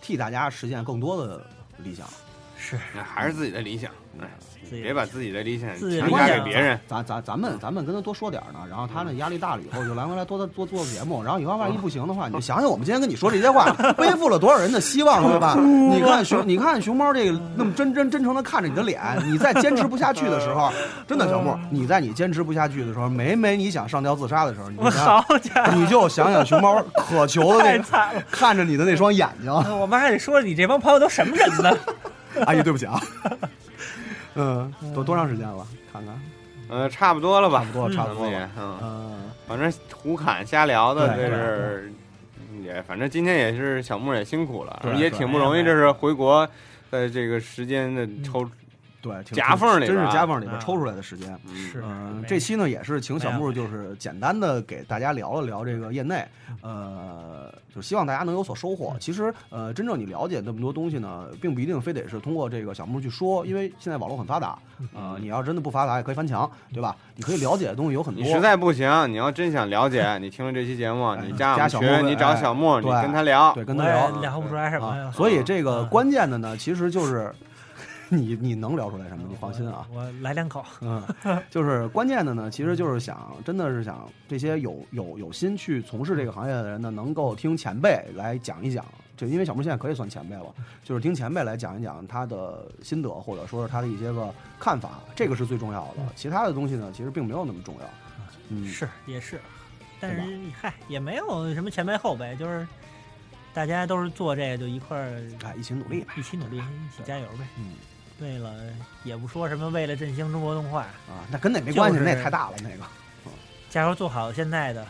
替大家实现更多的理想。
是，
嗯还是自己的理想。哎
自己
别把自己的理想
自己
强
理
加给
想
别人。
咱咱咱们咱们跟他多说点儿呢，然后他呢压力大了以后就来回来多做做做节目，然后以后万一不行的话，你就想想我们今天跟你说这些话， (laughs) 背负了多少人的希望，对吧？你看熊，你看熊猫这个那么真真真诚的看着你的脸，你在坚持不下去的时候，真的小莫，你在你坚持不下去的时候，每每你想上吊自杀的时候，你
我
就想
好家伙，
你就想想熊猫渴求的那
太
个
惨了！
看着你的那双眼睛， (laughs)
我妈还得说你这帮朋友都什么人呢？
阿姨对不起啊，嗯，都多长时间了？看看，
呃，差不多了吧
差不？多，
嗯
差不多
咱们
了，
也嗯。
嗯。
反正胡侃瞎聊的，这
对
是也反正今天也是小木也辛苦了
对，
也
对
挺不容易，
哎呀
这是回国在这个时间的
嗯
抽，
对，挺
夹缝里
真
边
是
儿啊
夹缝里边
嗯
抽出来的时间。
嗯
是
嗯、
没
这期呢也是请小
没
木，
有
就是简单的给大家聊了聊这个业内，
嗯
呃，就希望大家能有所收获。其实，呃，真正你了解那么多东西呢，并不一定非得是通过这个小木去说，因为现在网络很发达，
嗯
呃，你要真的不发达也可以翻墙，对吧？你可以了解的东西有很多。
你实在不行，你要真想了
(laughs)
解，你听了这期节目，你加我
嗯加
们
小
群，
木
你找
哎
小木，你
对
跟他聊，
对跟
我
他聊
也聊不出来什么
啊
呀。。
所以这个
嗯
关键的呢，其实就是。 (laughs) 你你能聊出来什么？你放心啊，
我，我来两口。
嗯， (laughs) 就是关键的呢，其实就是想，真的是想这些有有有心去从事这个行业的人呢，能够听前辈来讲一讲，就因为小木现在可以算前辈了，就是听前辈来讲一讲他的心得，或者说是他的一些个看法，这个是最重要的。其他的东西呢，其实并没有那么重要。嗯，
是也是，但
对吧
是嗨，也没有什么前辈后辈，就是大家都是做这个，就一块儿
哎，一起努力吧。
一起努力，一起加油呗。
嗯，
为了也不说什么为了振兴中国动画，
啊，那跟那没关系，
就是
那也太大了，那个。
加油做好现在的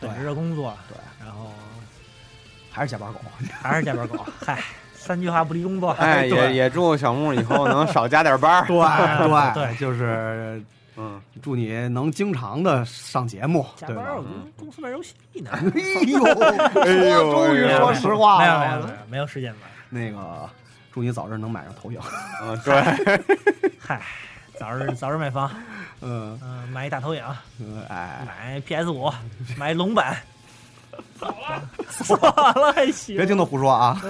本职的工作，
对，
然后
还是加班狗。
还是加班狗。嗨，三句话不离工作。
哎，也
对
也祝小木以后能少加点班
(laughs)
儿，
对
对
对，就是
嗯，
祝你能经常的上节目，
加
对
班儿，
吧嗯
我？们公司玩游戏
(laughs)
(laughs) 呢。
哎呦，说终于说实话
哎没有没
了。
有没有没有时间玩。
那个，祝你早日能买上投影。
嗯，对，
嗨，早日早日买房，
嗯，
(laughs) 嗯、买一大投影，
嗯 (laughs) 哎，
买 PS
(laughs)
五，买龙版。死了还行
别。听他胡说
(laughs)
啊。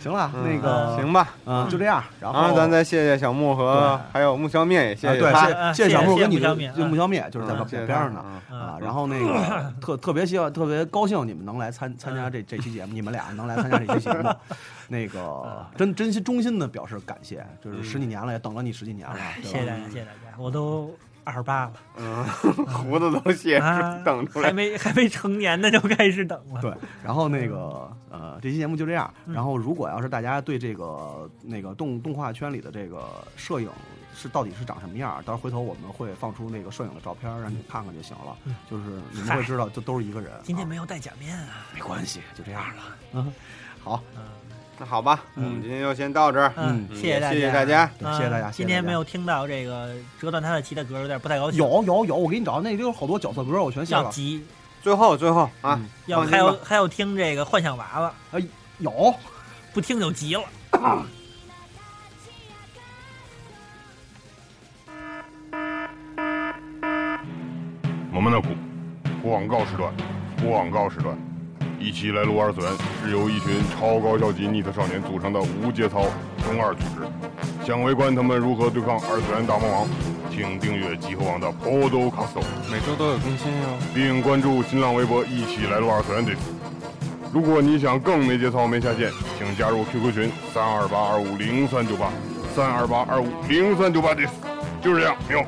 行了，
嗯
(laughs) 那个，
行吧，
嗯，就这样。然
然后啊
后
咱再谢谢小木和
对
还有木消灭，也谢
啊
谢他，
啊
对，谢谢谢
谢
小木
谢
跟你
木
的
消灭
木消灭，就是在
嗯谢
边
谢
边
他
上呢。啊
嗯，
然后那个
(laughs)
特特别希望特别高兴你们能来参参加这这期节目，你们俩能来参加这期节
(laughs)
目，那个真真心衷心的表示感谢，就是十几年了也等了你十几年了
嗯哎，谢
对吧
谢大家，谢谢大家，我都二十八了，
嗯， (laughs) 胡子都谢
啊，
等出
还
来，
没还没成年呢就开始等 (laughs) 了。
对，然后那个呃，这期节目就这样。
嗯
然后，如果要是大家对这个那个动动画圈里的这个摄影是到底是长什么样儿，到时候回头我们会放出那个摄影的照片儿，让你们看看就行了。就是你们会知道，这都是一个人。
嗯今天
啊
没有戴假面啊，
没关系，就这样了。嗯， (laughs) 好，
那好吧，
嗯
我们今天就先到这儿，
啊
嗯，
嗯
谢谢
也
大
谢
家，
谢大家
对谢谢大家
嗯
谢谢
今天
大家
没有听到这个折断他的旗的歌，有点不太高兴。
有有有，我给你找那里有好多角色歌，我全写
要
了。
急，
最后最后啊
嗯，
要
放心
还有
吧
还有听这个幻想娃娃，
有，
不听就急了。
我们的股广告时段，广告时段，一期来撸二次元是由一群超高校级逆特少年组成的无节操中二组织。想围观他们如何对抗二次元大魔王，请订阅集合网的 Podcast，
每周都有更新哟。
并关注新浪微博“一起来撸二次元队”。如果你想更没节操、没下限，请加入 QQ 群三二八二五零三九八三二八二五零三九八，this 就是这样，没有。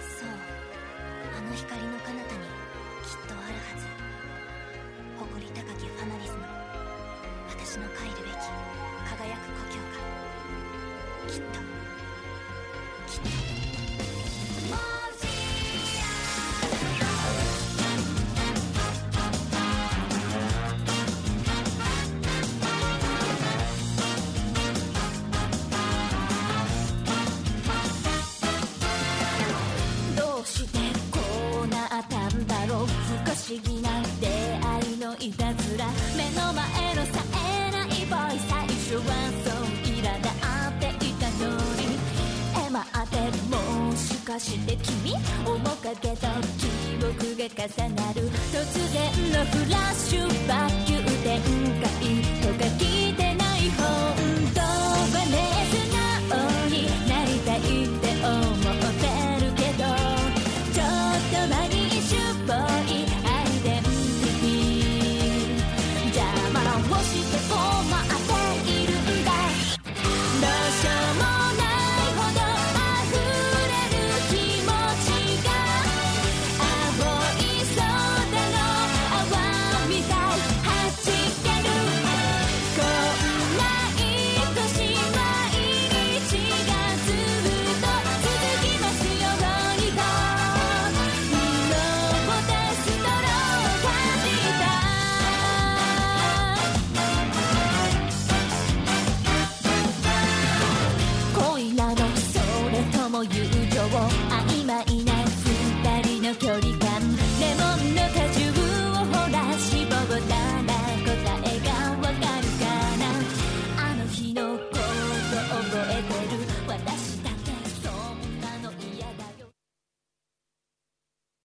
そうあの光の彼方にきっとあるはず誇り高きファナリスの私の帰るべき輝く故郷がきっときっとどうしてこうなったんだろう不可思議な出会いのいたずら目の前の冴えないボーイ最初はそう苛立っていたのにえまってもしかしして君面影と記憶が重なる突然のフラッシュバック展開とかき